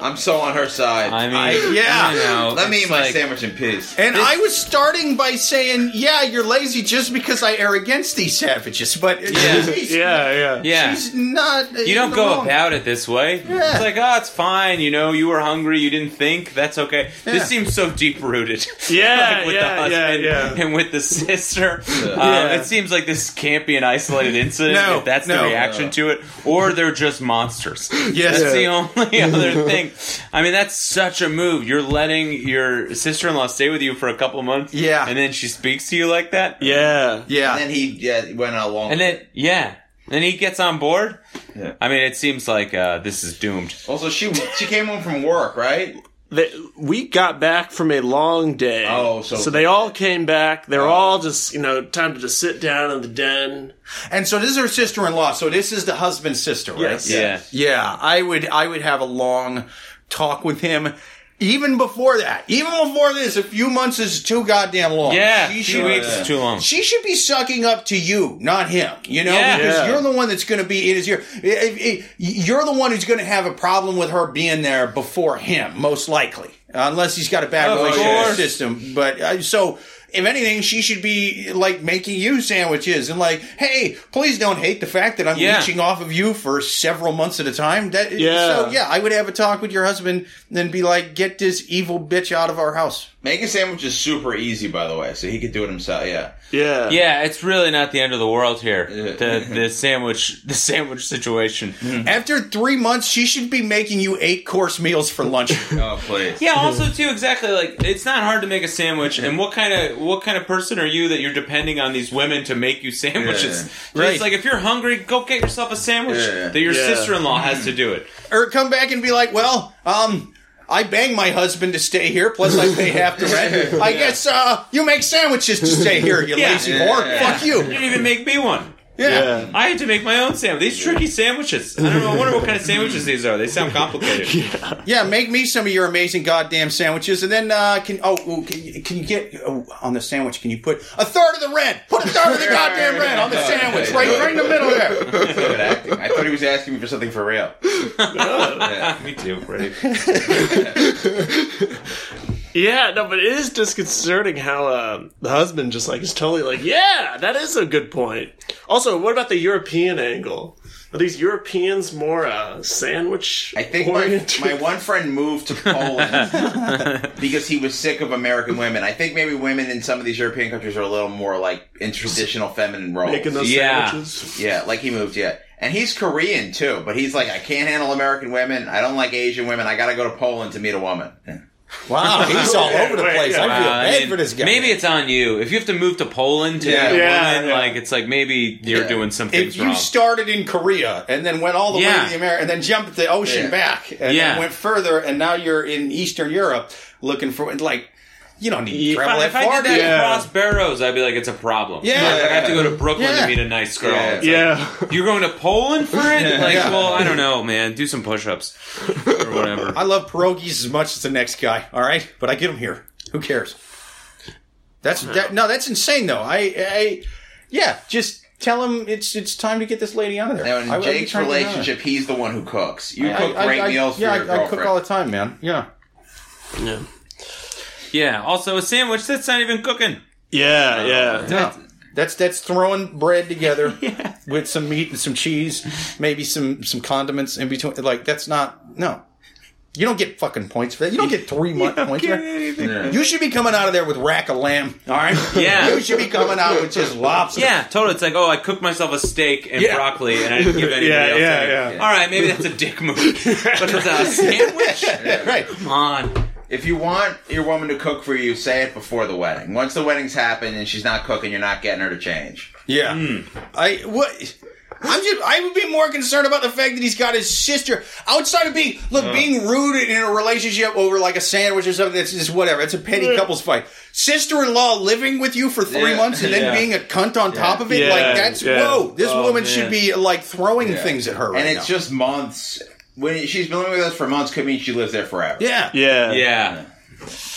[SPEAKER 2] I'm so on her side.
[SPEAKER 4] I mean,
[SPEAKER 1] yeah.
[SPEAKER 4] I know.
[SPEAKER 2] Let me
[SPEAKER 4] It's
[SPEAKER 2] eat my
[SPEAKER 4] like-
[SPEAKER 2] sandwich in peace.
[SPEAKER 1] And I was starting by saying, yeah, you're lazy just because I err against these savages. But she's,
[SPEAKER 3] Yeah,
[SPEAKER 4] Yeah.
[SPEAKER 1] she's not. uh,
[SPEAKER 4] you don't go about it this way.
[SPEAKER 1] Yeah.
[SPEAKER 4] It's like, oh, it's fine. You know, you were hungry. You didn't think. That's okay.
[SPEAKER 1] Yeah.
[SPEAKER 4] This seems so deep rooted.
[SPEAKER 3] Yeah,
[SPEAKER 4] with
[SPEAKER 3] yeah,
[SPEAKER 4] the husband
[SPEAKER 3] yeah, yeah.
[SPEAKER 4] and with the sister. Um,
[SPEAKER 3] Yeah.
[SPEAKER 4] It seems like this can't be an isolated incident.
[SPEAKER 1] No,
[SPEAKER 4] if that's
[SPEAKER 1] no.
[SPEAKER 4] the reaction to it, or they're just monsters.
[SPEAKER 1] Yes.
[SPEAKER 4] That's the only other thing. I mean, that's such a move. You're letting your sister-in-law stay with you for a couple months.
[SPEAKER 1] Yeah.
[SPEAKER 4] and then she speaks to you like that.
[SPEAKER 3] yeah.
[SPEAKER 1] Yeah.
[SPEAKER 2] And then he yeah, went on a long.
[SPEAKER 4] And then, yeah. And he gets on board.
[SPEAKER 2] Yeah.
[SPEAKER 4] I mean, it seems like uh, this is doomed.
[SPEAKER 2] also, she she came home from work, right?
[SPEAKER 3] They, we got back from a long day.
[SPEAKER 2] Oh, so-
[SPEAKER 3] they all came back. They're all just, you know, time to just sit down in the den.
[SPEAKER 1] And so this is her sister in law. So this is the husband's sister, right?
[SPEAKER 3] Yes.
[SPEAKER 4] Yeah.
[SPEAKER 1] Yeah, I would I would have a long talk with him even before that. Even before this, a few months is too goddamn long.
[SPEAKER 4] Yeah.
[SPEAKER 1] She
[SPEAKER 4] Two
[SPEAKER 1] should,
[SPEAKER 4] weeks is too long.
[SPEAKER 1] she should be sucking up to you, not him. You know,
[SPEAKER 4] Yeah.
[SPEAKER 1] because
[SPEAKER 3] Yeah.
[SPEAKER 1] you're the one that's going to be in his ear. If- if- You're the one who's going to have a problem with her being there before him, most likely, unless he's got a bad
[SPEAKER 4] Of
[SPEAKER 1] relationship
[SPEAKER 4] course.
[SPEAKER 1] system. But uh, so. If anything, she should be like making you sandwiches and like, hey, please don't hate the fact that I'm
[SPEAKER 4] Yeah.
[SPEAKER 1] leeching off of you for several months at a time. That
[SPEAKER 3] Yeah.
[SPEAKER 1] so yeah, I would have a talk with your husband and then be like, get this evil bitch out of our house.
[SPEAKER 2] Making a sandwich is super easy, by the way, so he could do it himself. Yeah.
[SPEAKER 3] Yeah.
[SPEAKER 4] Yeah, it's really not the end of the world here.
[SPEAKER 2] Yeah.
[SPEAKER 4] The the sandwich the sandwich situation.
[SPEAKER 1] After three months, she should be making you eight course meals for lunch.
[SPEAKER 2] Oh, please.
[SPEAKER 4] Yeah, also too exactly like it's not hard to make a sandwich. And what kind of what kind of person are you that you're depending on these women to make you sandwiches?
[SPEAKER 1] Right.
[SPEAKER 4] It's like if you're hungry, go get yourself a sandwich
[SPEAKER 2] Yeah.
[SPEAKER 4] that your
[SPEAKER 3] Yeah.
[SPEAKER 4] sister-in-law has to do it.
[SPEAKER 1] or come back and be like, well, um, I bang my husband to stay here, plus I pay half the rent. I guess uh, you make sandwiches to stay here, you
[SPEAKER 4] Yeah.
[SPEAKER 1] lazy whore.
[SPEAKER 2] Yeah.
[SPEAKER 1] Fuck you.
[SPEAKER 4] You didn't even make me one.
[SPEAKER 1] Yeah.
[SPEAKER 3] Yeah.
[SPEAKER 4] I had to make my own sandwich. These tricky sandwiches. I don't know. I wonder what kind of sandwiches these are. They sound complicated.
[SPEAKER 1] Yeah, make me some of your amazing goddamn sandwiches, and then uh, can oh oh, can, you- can you get oh, on the sandwich? Can you put a third of the rent? Put a third of the goddamn rent on the sandwich, right, right in the middle there.
[SPEAKER 2] Good acting. I thought he was asking me for something for real.
[SPEAKER 4] Me too, Brady.
[SPEAKER 3] Yeah, no, but it is disconcerting how um, the husband just like is totally like, yeah, that is a good point. Also, what about the European angle? Are these Europeans more uh, sandwich
[SPEAKER 2] I think my,
[SPEAKER 3] oriented?
[SPEAKER 2] my one friend moved to Poland because he was sick of American women. I think maybe women in some of these European countries are a little more like in traditional feminine roles.
[SPEAKER 3] making those
[SPEAKER 4] Yeah.
[SPEAKER 3] sandwiches.
[SPEAKER 2] yeah, like he moved, yeah. And he's Korean too, but he's like, I can't handle American women. I don't like Asian women. I gotta go to Poland to meet a woman.
[SPEAKER 1] Wow, he's all over the place. I feel
[SPEAKER 4] Wow, Uh, I
[SPEAKER 1] bad
[SPEAKER 4] mean,
[SPEAKER 1] for this guy.
[SPEAKER 4] Maybe it's on you. If you have to move to Poland to
[SPEAKER 2] Yeah.
[SPEAKER 4] get a
[SPEAKER 3] Yeah,
[SPEAKER 4] woman,
[SPEAKER 3] yeah.
[SPEAKER 4] like it's like maybe you're
[SPEAKER 2] Yeah.
[SPEAKER 4] doing some things
[SPEAKER 1] if you
[SPEAKER 4] wrong.
[SPEAKER 1] started in Korea and then went all the way
[SPEAKER 4] Yeah.
[SPEAKER 1] to the America and then jumped the ocean
[SPEAKER 2] Yeah.
[SPEAKER 1] back and
[SPEAKER 4] Yeah.
[SPEAKER 1] then went further and now you're in Eastern Europe looking for like you don't need to
[SPEAKER 4] if I,
[SPEAKER 1] travel that
[SPEAKER 4] if I
[SPEAKER 1] far.
[SPEAKER 4] did that
[SPEAKER 1] dude.
[SPEAKER 3] Yeah.
[SPEAKER 4] across Barrows, I'd be like, it's a problem.
[SPEAKER 1] Yeah.
[SPEAKER 4] Like, I have to go to Brooklyn
[SPEAKER 1] Yeah.
[SPEAKER 4] to meet a nice girl.
[SPEAKER 2] Yeah.
[SPEAKER 4] It's like,
[SPEAKER 3] Yeah.
[SPEAKER 4] You're going to Poland for it? Like,
[SPEAKER 1] Yeah.
[SPEAKER 4] well, I don't know, man. Do some push-ups or whatever.
[SPEAKER 1] I love pierogies as much as the next guy. All right, but I get them here. Who cares? That's that, no, that's insane though. I, I, yeah, just tell him it's it's time to get this lady out of there.
[SPEAKER 2] Now, in
[SPEAKER 1] I- I'd be
[SPEAKER 2] Jake's
[SPEAKER 1] trying to get her out of there.
[SPEAKER 2] relationship, he's the one who cooks. You
[SPEAKER 1] I-
[SPEAKER 2] cook
[SPEAKER 1] I-
[SPEAKER 2] great
[SPEAKER 1] I-
[SPEAKER 2] meals
[SPEAKER 1] Yeah,
[SPEAKER 2] for your
[SPEAKER 1] I, I
[SPEAKER 2] girlfriend.
[SPEAKER 1] cook all the time, man. Yeah.
[SPEAKER 3] Yeah.
[SPEAKER 4] Yeah. Also, a sandwich that's not even cooking.
[SPEAKER 3] Yeah, yeah.
[SPEAKER 1] No. That's that's throwing bread together with some meat and some cheese, maybe some some condiments in between. Like that's not no. You don't get fucking points for that. You don't get three month points for that.
[SPEAKER 2] Yeah.
[SPEAKER 1] You should be coming out of there with rack of lamb. All right.
[SPEAKER 4] Yeah.
[SPEAKER 1] You should be coming out with just lobster.
[SPEAKER 4] Yeah, totally. It's like, oh, I cooked myself a steak and
[SPEAKER 1] Yeah.
[SPEAKER 4] broccoli, and I didn't give anybody
[SPEAKER 3] Yeah,
[SPEAKER 4] else
[SPEAKER 3] yeah,
[SPEAKER 4] any.
[SPEAKER 3] yeah.
[SPEAKER 4] All right, maybe that's a dick move, but it's a sandwich.
[SPEAKER 1] Right.
[SPEAKER 4] Come on.
[SPEAKER 2] If you want your woman to cook for you, say it before the wedding. Once the wedding's happened and she's not cooking, you're not getting her to change.
[SPEAKER 1] Yeah. I what I'm just I would be more concerned about the fact that he's got his sister outside of being look being rude in a relationship over like a sandwich or something that's just whatever. It's a petty couples fight. Sister-in-law living with you for 3
[SPEAKER 2] Yeah.
[SPEAKER 1] months and then
[SPEAKER 2] Yeah.
[SPEAKER 1] being a cunt on top of it
[SPEAKER 3] Yeah.
[SPEAKER 1] like that's
[SPEAKER 3] Yeah.
[SPEAKER 1] whoa. This
[SPEAKER 4] Oh,
[SPEAKER 1] woman
[SPEAKER 4] man.
[SPEAKER 1] should be like throwing things at her right
[SPEAKER 2] and it's
[SPEAKER 1] now.
[SPEAKER 2] just months. When she's been living with us for months, could mean she lives there forever.
[SPEAKER 1] yeah.
[SPEAKER 3] Yeah.
[SPEAKER 4] Yeah.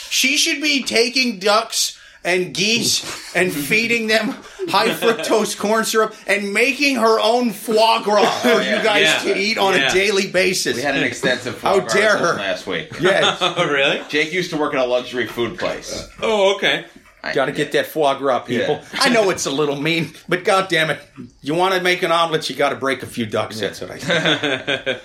[SPEAKER 1] She should be taking ducks and geese and feeding them high fructose corn syrup and making her own foie gras for you guys
[SPEAKER 4] Yeah.
[SPEAKER 1] to eat on
[SPEAKER 4] Yeah.
[SPEAKER 1] a daily basis.
[SPEAKER 2] We had an extensive foie
[SPEAKER 1] How
[SPEAKER 2] gras
[SPEAKER 1] dare her.
[SPEAKER 2] last week.
[SPEAKER 1] Yes.
[SPEAKER 4] Oh, really?
[SPEAKER 2] Jake used to work at a luxury food place.
[SPEAKER 4] Oh, okay.
[SPEAKER 2] I-
[SPEAKER 1] Got to get that foie gras, people.
[SPEAKER 2] Yeah.
[SPEAKER 1] I know it's a little mean, but God damn it, you want to make an omelet, you got to break a few ducks. That's what I. Think.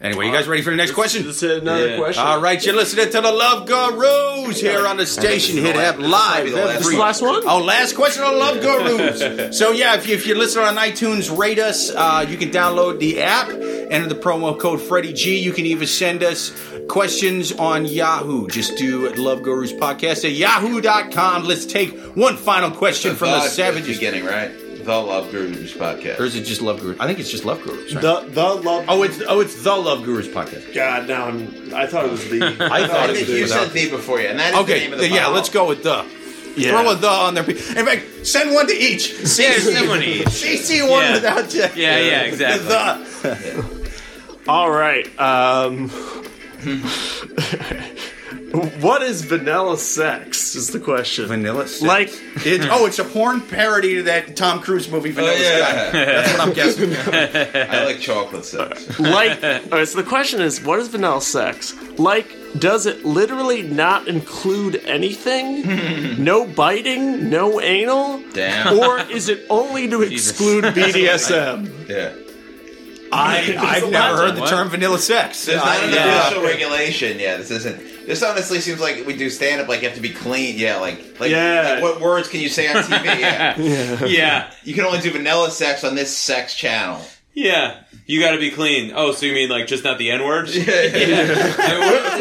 [SPEAKER 1] anyway, you guys ready for the next question?
[SPEAKER 3] Let's hit another
[SPEAKER 4] Yeah.
[SPEAKER 3] question.
[SPEAKER 1] All right, you're listening to the Love Gurus here on the station. Hit app live.
[SPEAKER 2] This is the last-
[SPEAKER 1] every-
[SPEAKER 3] This is the last one?
[SPEAKER 1] Oh, last question on Love Gurus. so yeah, if, you, if you're listening on iTunes, rate us. Uh, you can download the app. Enter the promo code Freddie G. You can even send us questions on Yahoo. Just do Love Gurus podcast at yahoo.com. Let's take one final question from the
[SPEAKER 2] Thug
[SPEAKER 1] savages.
[SPEAKER 2] beginning, right? The Love Gurus podcast.
[SPEAKER 1] Or is it just Love Gurus? I think it's just Love Gurus. right?
[SPEAKER 3] The the love.
[SPEAKER 1] oh, it's oh, it's the Love Gurus podcast.
[SPEAKER 3] God, now I'm. I thought it was the.
[SPEAKER 1] I
[SPEAKER 2] I
[SPEAKER 1] thought it
[SPEAKER 2] think
[SPEAKER 1] was
[SPEAKER 2] you
[SPEAKER 1] without-
[SPEAKER 2] said the before you, and that is the
[SPEAKER 1] Okay,
[SPEAKER 2] name of the
[SPEAKER 1] yeah,
[SPEAKER 2] bottle.
[SPEAKER 1] let's go with the.
[SPEAKER 3] Yeah.
[SPEAKER 1] Throw a the on there. In fact, send one to each.
[SPEAKER 4] Yeah, send one to each.
[SPEAKER 1] CC one
[SPEAKER 4] Yeah.
[SPEAKER 1] without the-
[SPEAKER 4] Yeah, yeah, exactly.
[SPEAKER 1] The.
[SPEAKER 3] All right. Um, what is vanilla sex? Is the question.
[SPEAKER 1] Vanilla Sex.
[SPEAKER 3] Like,
[SPEAKER 1] It, oh, it's a porn parody to that Tom Cruise movie, Vanilla
[SPEAKER 4] Oh,
[SPEAKER 1] Sky. That's what I'm guessing.
[SPEAKER 2] I like chocolate sex.
[SPEAKER 3] like. All right. So the question is, what is vanilla sex? Like, does it literally not include anything? no biting. No anal.
[SPEAKER 2] Damn.
[SPEAKER 3] Or is it only to exclude BDSM?
[SPEAKER 2] Yeah.
[SPEAKER 1] I, I've never heard the term vanilla sex.
[SPEAKER 2] There's
[SPEAKER 1] I-
[SPEAKER 2] not an
[SPEAKER 1] yeah.
[SPEAKER 2] official regulation. Yeah, this isn't. This honestly seems like we do stand up. Like you have to be clean. Yeah, like like,
[SPEAKER 3] Yeah.
[SPEAKER 2] like, what words can you say on TV? Yeah.
[SPEAKER 4] yeah,
[SPEAKER 2] you can only do vanilla sex on this sex channel.
[SPEAKER 4] yeah. You got to be clean. Oh, so you mean like just not the N word?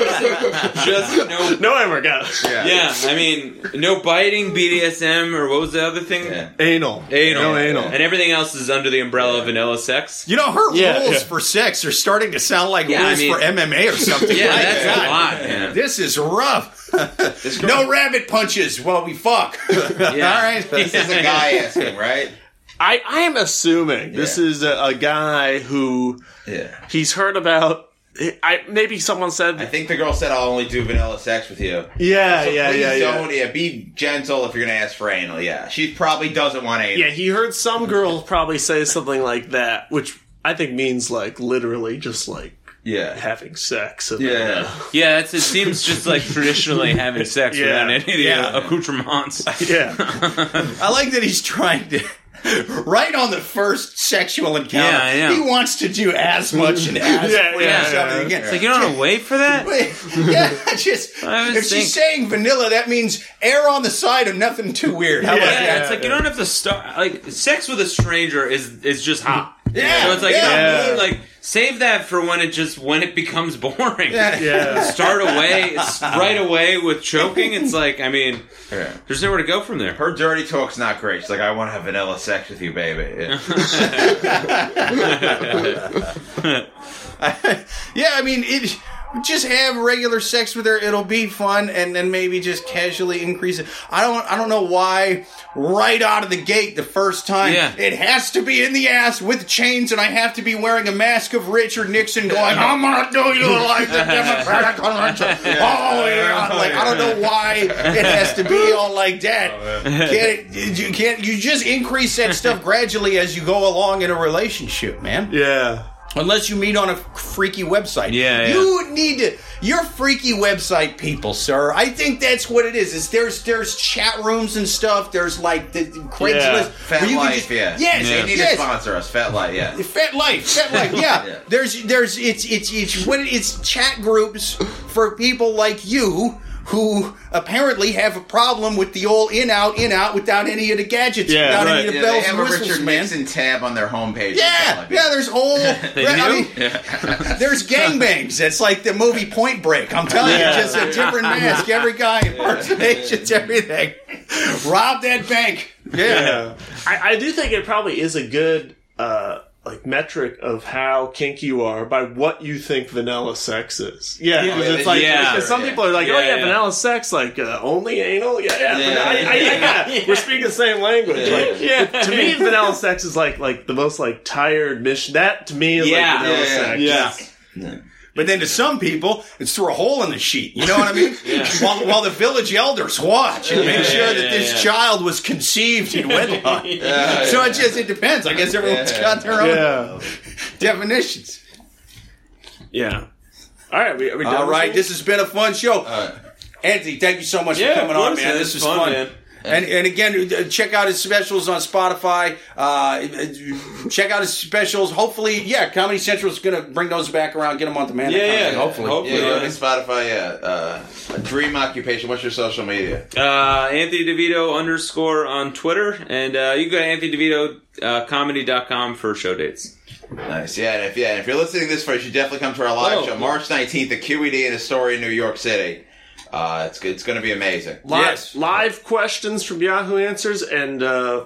[SPEAKER 4] just no.
[SPEAKER 3] No, I work out.
[SPEAKER 4] Yeah, I mean no biting, BDSM, or what was the other thing?
[SPEAKER 2] Yeah.
[SPEAKER 1] Anal.
[SPEAKER 4] Anal.
[SPEAKER 1] No anal.
[SPEAKER 4] And everything else is under the umbrella of vanilla sex.
[SPEAKER 1] You know, her
[SPEAKER 3] Yeah,
[SPEAKER 1] rules
[SPEAKER 3] yeah.
[SPEAKER 1] for sex are starting to sound like
[SPEAKER 4] Yeah, I
[SPEAKER 1] rules
[SPEAKER 4] mean-
[SPEAKER 1] for MMA or something.
[SPEAKER 4] Yeah,
[SPEAKER 1] My
[SPEAKER 4] that's
[SPEAKER 1] God.
[SPEAKER 4] a lot, man.
[SPEAKER 1] This is rough. no rabbit punches while we fuck. All right.
[SPEAKER 2] This is a guy asking, right?
[SPEAKER 3] I, I am assuming this is a, a guy who
[SPEAKER 2] Yeah.
[SPEAKER 3] he's heard about. I maybe someone
[SPEAKER 2] I
[SPEAKER 3] said,
[SPEAKER 2] think the girl said, "I'll only do vanilla sex with you."
[SPEAKER 3] yeah,
[SPEAKER 2] So
[SPEAKER 3] yeah,
[SPEAKER 2] please
[SPEAKER 3] yeah, yeah.
[SPEAKER 2] don't. Yeah. be gentle if you're gonna ask for anal. Yeah, she probably doesn't want anal.
[SPEAKER 3] Yeah, he heard some girl probably say something like that, which I think means like literally just like
[SPEAKER 2] yeah.
[SPEAKER 3] having sex. And
[SPEAKER 2] Yeah.
[SPEAKER 4] Yeah, that's, it seems just like traditionally having sex
[SPEAKER 3] Yeah.
[SPEAKER 4] without any of the
[SPEAKER 1] Yeah.
[SPEAKER 4] accoutrements.
[SPEAKER 3] yeah.
[SPEAKER 1] I like that he's trying to. Right on the first sexual encounter,
[SPEAKER 4] Yeah, I know.
[SPEAKER 1] he wants to do as much and as
[SPEAKER 3] Yeah,
[SPEAKER 1] quick
[SPEAKER 4] yeah,
[SPEAKER 1] as
[SPEAKER 3] yeah.
[SPEAKER 1] something again.
[SPEAKER 4] It's like you don't want to wait for that.
[SPEAKER 1] yeah, just
[SPEAKER 4] I
[SPEAKER 1] if
[SPEAKER 4] was
[SPEAKER 1] she's saying vanilla, that means air on the side of nothing too weird. How about
[SPEAKER 4] Yeah,
[SPEAKER 1] that?
[SPEAKER 4] it's like you don't have to start. Like sex with a stranger is is just hot.
[SPEAKER 1] Yeah,
[SPEAKER 4] so it's like
[SPEAKER 1] yeah.
[SPEAKER 4] you know, like save that for when it just when it becomes boring.
[SPEAKER 3] Yeah.
[SPEAKER 4] Start away it's right away with choking. It's like I mean,
[SPEAKER 2] Yeah.
[SPEAKER 4] there's nowhere to go from there.
[SPEAKER 2] Her dirty talk's not great. She's like, "I want to have vanilla sex with you, baby." Yeah.
[SPEAKER 1] Yeah, I mean, it, just have regular sex with her. It'll be fun, and then maybe just casually increase it. I don't, I don't know why. Right out of the gate, the first time,
[SPEAKER 4] Yeah.
[SPEAKER 1] it has to be in the ass with chains, and I have to be wearing a mask of Richard Nixon, going, "I'm gonna do you like the Democratic Convention." Oh yeah, Oh, like I don't know why it has to be all like that. Can't it, you can't you just increase that stuff gradually as you go along in a relationship, man?
[SPEAKER 3] Yeah.
[SPEAKER 1] Unless you meet on a freaky website.
[SPEAKER 4] Yeah, yeah.
[SPEAKER 1] You need to you're freaky website people, sir. I think that's what it is. Is there's there's chat rooms and stuff, there's like the Craigslist.
[SPEAKER 3] Yeah.
[SPEAKER 1] where
[SPEAKER 2] Fat
[SPEAKER 1] you can
[SPEAKER 2] Life,
[SPEAKER 1] just-
[SPEAKER 2] yeah.
[SPEAKER 1] Yes,
[SPEAKER 2] They need to
[SPEAKER 1] yes.
[SPEAKER 2] sponsor us. Fat Life, yeah.
[SPEAKER 1] Fat life, fat life, yeah.
[SPEAKER 2] Yeah.
[SPEAKER 1] There's, there's, it's, it's, it's what it- it's chat groups for people like you who apparently have a problem with the old in out, in out without any of the gadgets,
[SPEAKER 3] Yeah,
[SPEAKER 1] without
[SPEAKER 3] right.
[SPEAKER 1] any of the
[SPEAKER 2] Yeah,
[SPEAKER 1] bells
[SPEAKER 2] they have
[SPEAKER 1] and
[SPEAKER 2] a
[SPEAKER 1] whistles,
[SPEAKER 2] Richard
[SPEAKER 1] man.
[SPEAKER 2] Nixon tab on their homepage.
[SPEAKER 1] Yeah, yeah. There's whole. I
[SPEAKER 4] do?
[SPEAKER 1] mean, there's gangbangs. It's like the movie Point Break. I'm telling you, just a different mask. Every guy impersonations everything. Rob that bank. Yeah.
[SPEAKER 3] I, I do think it probably is a good uh, like metric of how kinky you are by what you think vanilla sex is. Yeah, 'cause
[SPEAKER 2] Yeah.
[SPEAKER 3] it's like
[SPEAKER 4] Yeah.
[SPEAKER 3] because some
[SPEAKER 2] Yeah.
[SPEAKER 3] people are like, oh
[SPEAKER 4] Yeah,
[SPEAKER 3] yeah,
[SPEAKER 4] yeah.
[SPEAKER 3] vanilla sex, like uh, only anal. Yeah, yeah,
[SPEAKER 2] Yeah.
[SPEAKER 3] I, I, yeah. we're speaking the same language. Like,
[SPEAKER 4] Yeah.
[SPEAKER 3] to me, vanilla sex is like like the most like tired mission. That to me is
[SPEAKER 4] Yeah.
[SPEAKER 3] like vanilla
[SPEAKER 2] Yeah, yeah,
[SPEAKER 3] sex.
[SPEAKER 1] Yeah. But then to some people, it's through a hole in the sheet. You know what I mean? while, while the village elders watch and make sure that
[SPEAKER 4] yeah,
[SPEAKER 1] this
[SPEAKER 4] yeah.
[SPEAKER 1] child was conceived in wedlock. so it just it depends. I guess everyone's got their own
[SPEAKER 3] Yeah.
[SPEAKER 1] definitions.
[SPEAKER 3] Yeah. All right, we, are we done
[SPEAKER 1] All
[SPEAKER 3] with
[SPEAKER 1] right,
[SPEAKER 3] it?
[SPEAKER 1] this has been a fun show. Anthony, thank you so much
[SPEAKER 4] Yeah,
[SPEAKER 1] for
[SPEAKER 4] of
[SPEAKER 1] coming on,
[SPEAKER 4] course,
[SPEAKER 1] man.
[SPEAKER 4] man.
[SPEAKER 1] This
[SPEAKER 4] It's
[SPEAKER 1] was fun.
[SPEAKER 4] fun, man.
[SPEAKER 1] And, and again, uh, check out his specials on Spotify. Uh, check out his specials. Hopefully, yeah, Comedy Central is going to bring those back around, get them on demand.
[SPEAKER 4] Yeah, yeah,
[SPEAKER 1] hopefully.
[SPEAKER 4] hopefully.
[SPEAKER 2] Yeah, you know, Spotify, yeah. Uh, a dream occupation. What's your social media?
[SPEAKER 4] Uh, Anthony DeVito underscore on Twitter, and uh, you can go to Anthony DeVito uh, comedy.com for show dates.
[SPEAKER 2] Nice. Yeah, and if yeah, and if you're listening to this first, you definitely come to our live
[SPEAKER 4] Oh.
[SPEAKER 2] show March 19th at QED in Astoria, New York City. Uh, it's it's going to be amazing.
[SPEAKER 3] Live,
[SPEAKER 1] Yes.
[SPEAKER 3] live questions from Yahoo Answers and uh,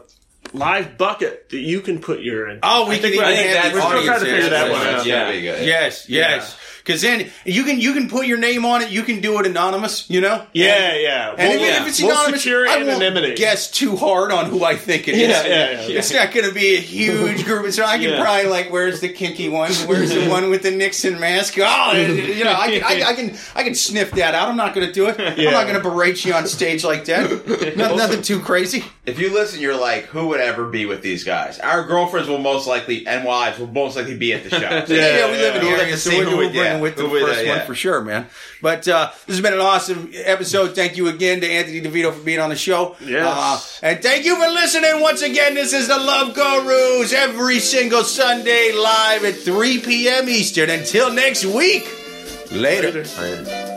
[SPEAKER 3] live bucket that you can put your in.
[SPEAKER 1] Oh, we can even
[SPEAKER 3] I think
[SPEAKER 1] have
[SPEAKER 3] that's- we're
[SPEAKER 1] the
[SPEAKER 3] still
[SPEAKER 1] audience
[SPEAKER 3] trying to
[SPEAKER 1] there.
[SPEAKER 3] figure that
[SPEAKER 1] Yeah.
[SPEAKER 3] one out.
[SPEAKER 2] It's gonna be good.
[SPEAKER 1] Yes, yes. Because then you can you can put your name on it. You can do it anonymous. You know.
[SPEAKER 3] yeah, yeah.
[SPEAKER 1] And
[SPEAKER 3] We'll-
[SPEAKER 1] if,
[SPEAKER 4] yeah.
[SPEAKER 1] if it's
[SPEAKER 3] We'll
[SPEAKER 1] anonymous,
[SPEAKER 3] secure
[SPEAKER 1] I won't
[SPEAKER 3] anonymity.
[SPEAKER 1] guess too hard on who I think it is.
[SPEAKER 3] Yeah, yeah, yeah.
[SPEAKER 1] It's not going to be a huge group, so I can
[SPEAKER 3] Yeah.
[SPEAKER 1] probably like, where's the kinky one? Where's the one with the Nixon mask? Oh, you know, I can, I, I can, I can sniff that out. I'm not going to do it.
[SPEAKER 3] Yeah.
[SPEAKER 1] I'm not going to berate you on stage like that. No, nothing too crazy.
[SPEAKER 2] If you listen, you're like, who would ever be with these guys? Our girlfriends will most likely and wives will most likely be at the show.
[SPEAKER 1] Yeah, we live in the
[SPEAKER 2] We have
[SPEAKER 1] area,
[SPEAKER 2] to
[SPEAKER 1] so
[SPEAKER 2] see
[SPEAKER 1] we
[SPEAKER 2] who
[SPEAKER 1] will
[SPEAKER 2] would-
[SPEAKER 1] bring in with the
[SPEAKER 2] we'll be
[SPEAKER 1] first
[SPEAKER 2] there, yeah.
[SPEAKER 1] one for sure, man. But uh, this has been an awesome episode. Thank you again to Anthony DeVito for being on the show.
[SPEAKER 5] Yes.
[SPEAKER 1] Uh, and thank you for listening once again. This is the Love Gurus every single Sunday live at 3 p.m. Eastern. Until next week, later.
[SPEAKER 2] Later.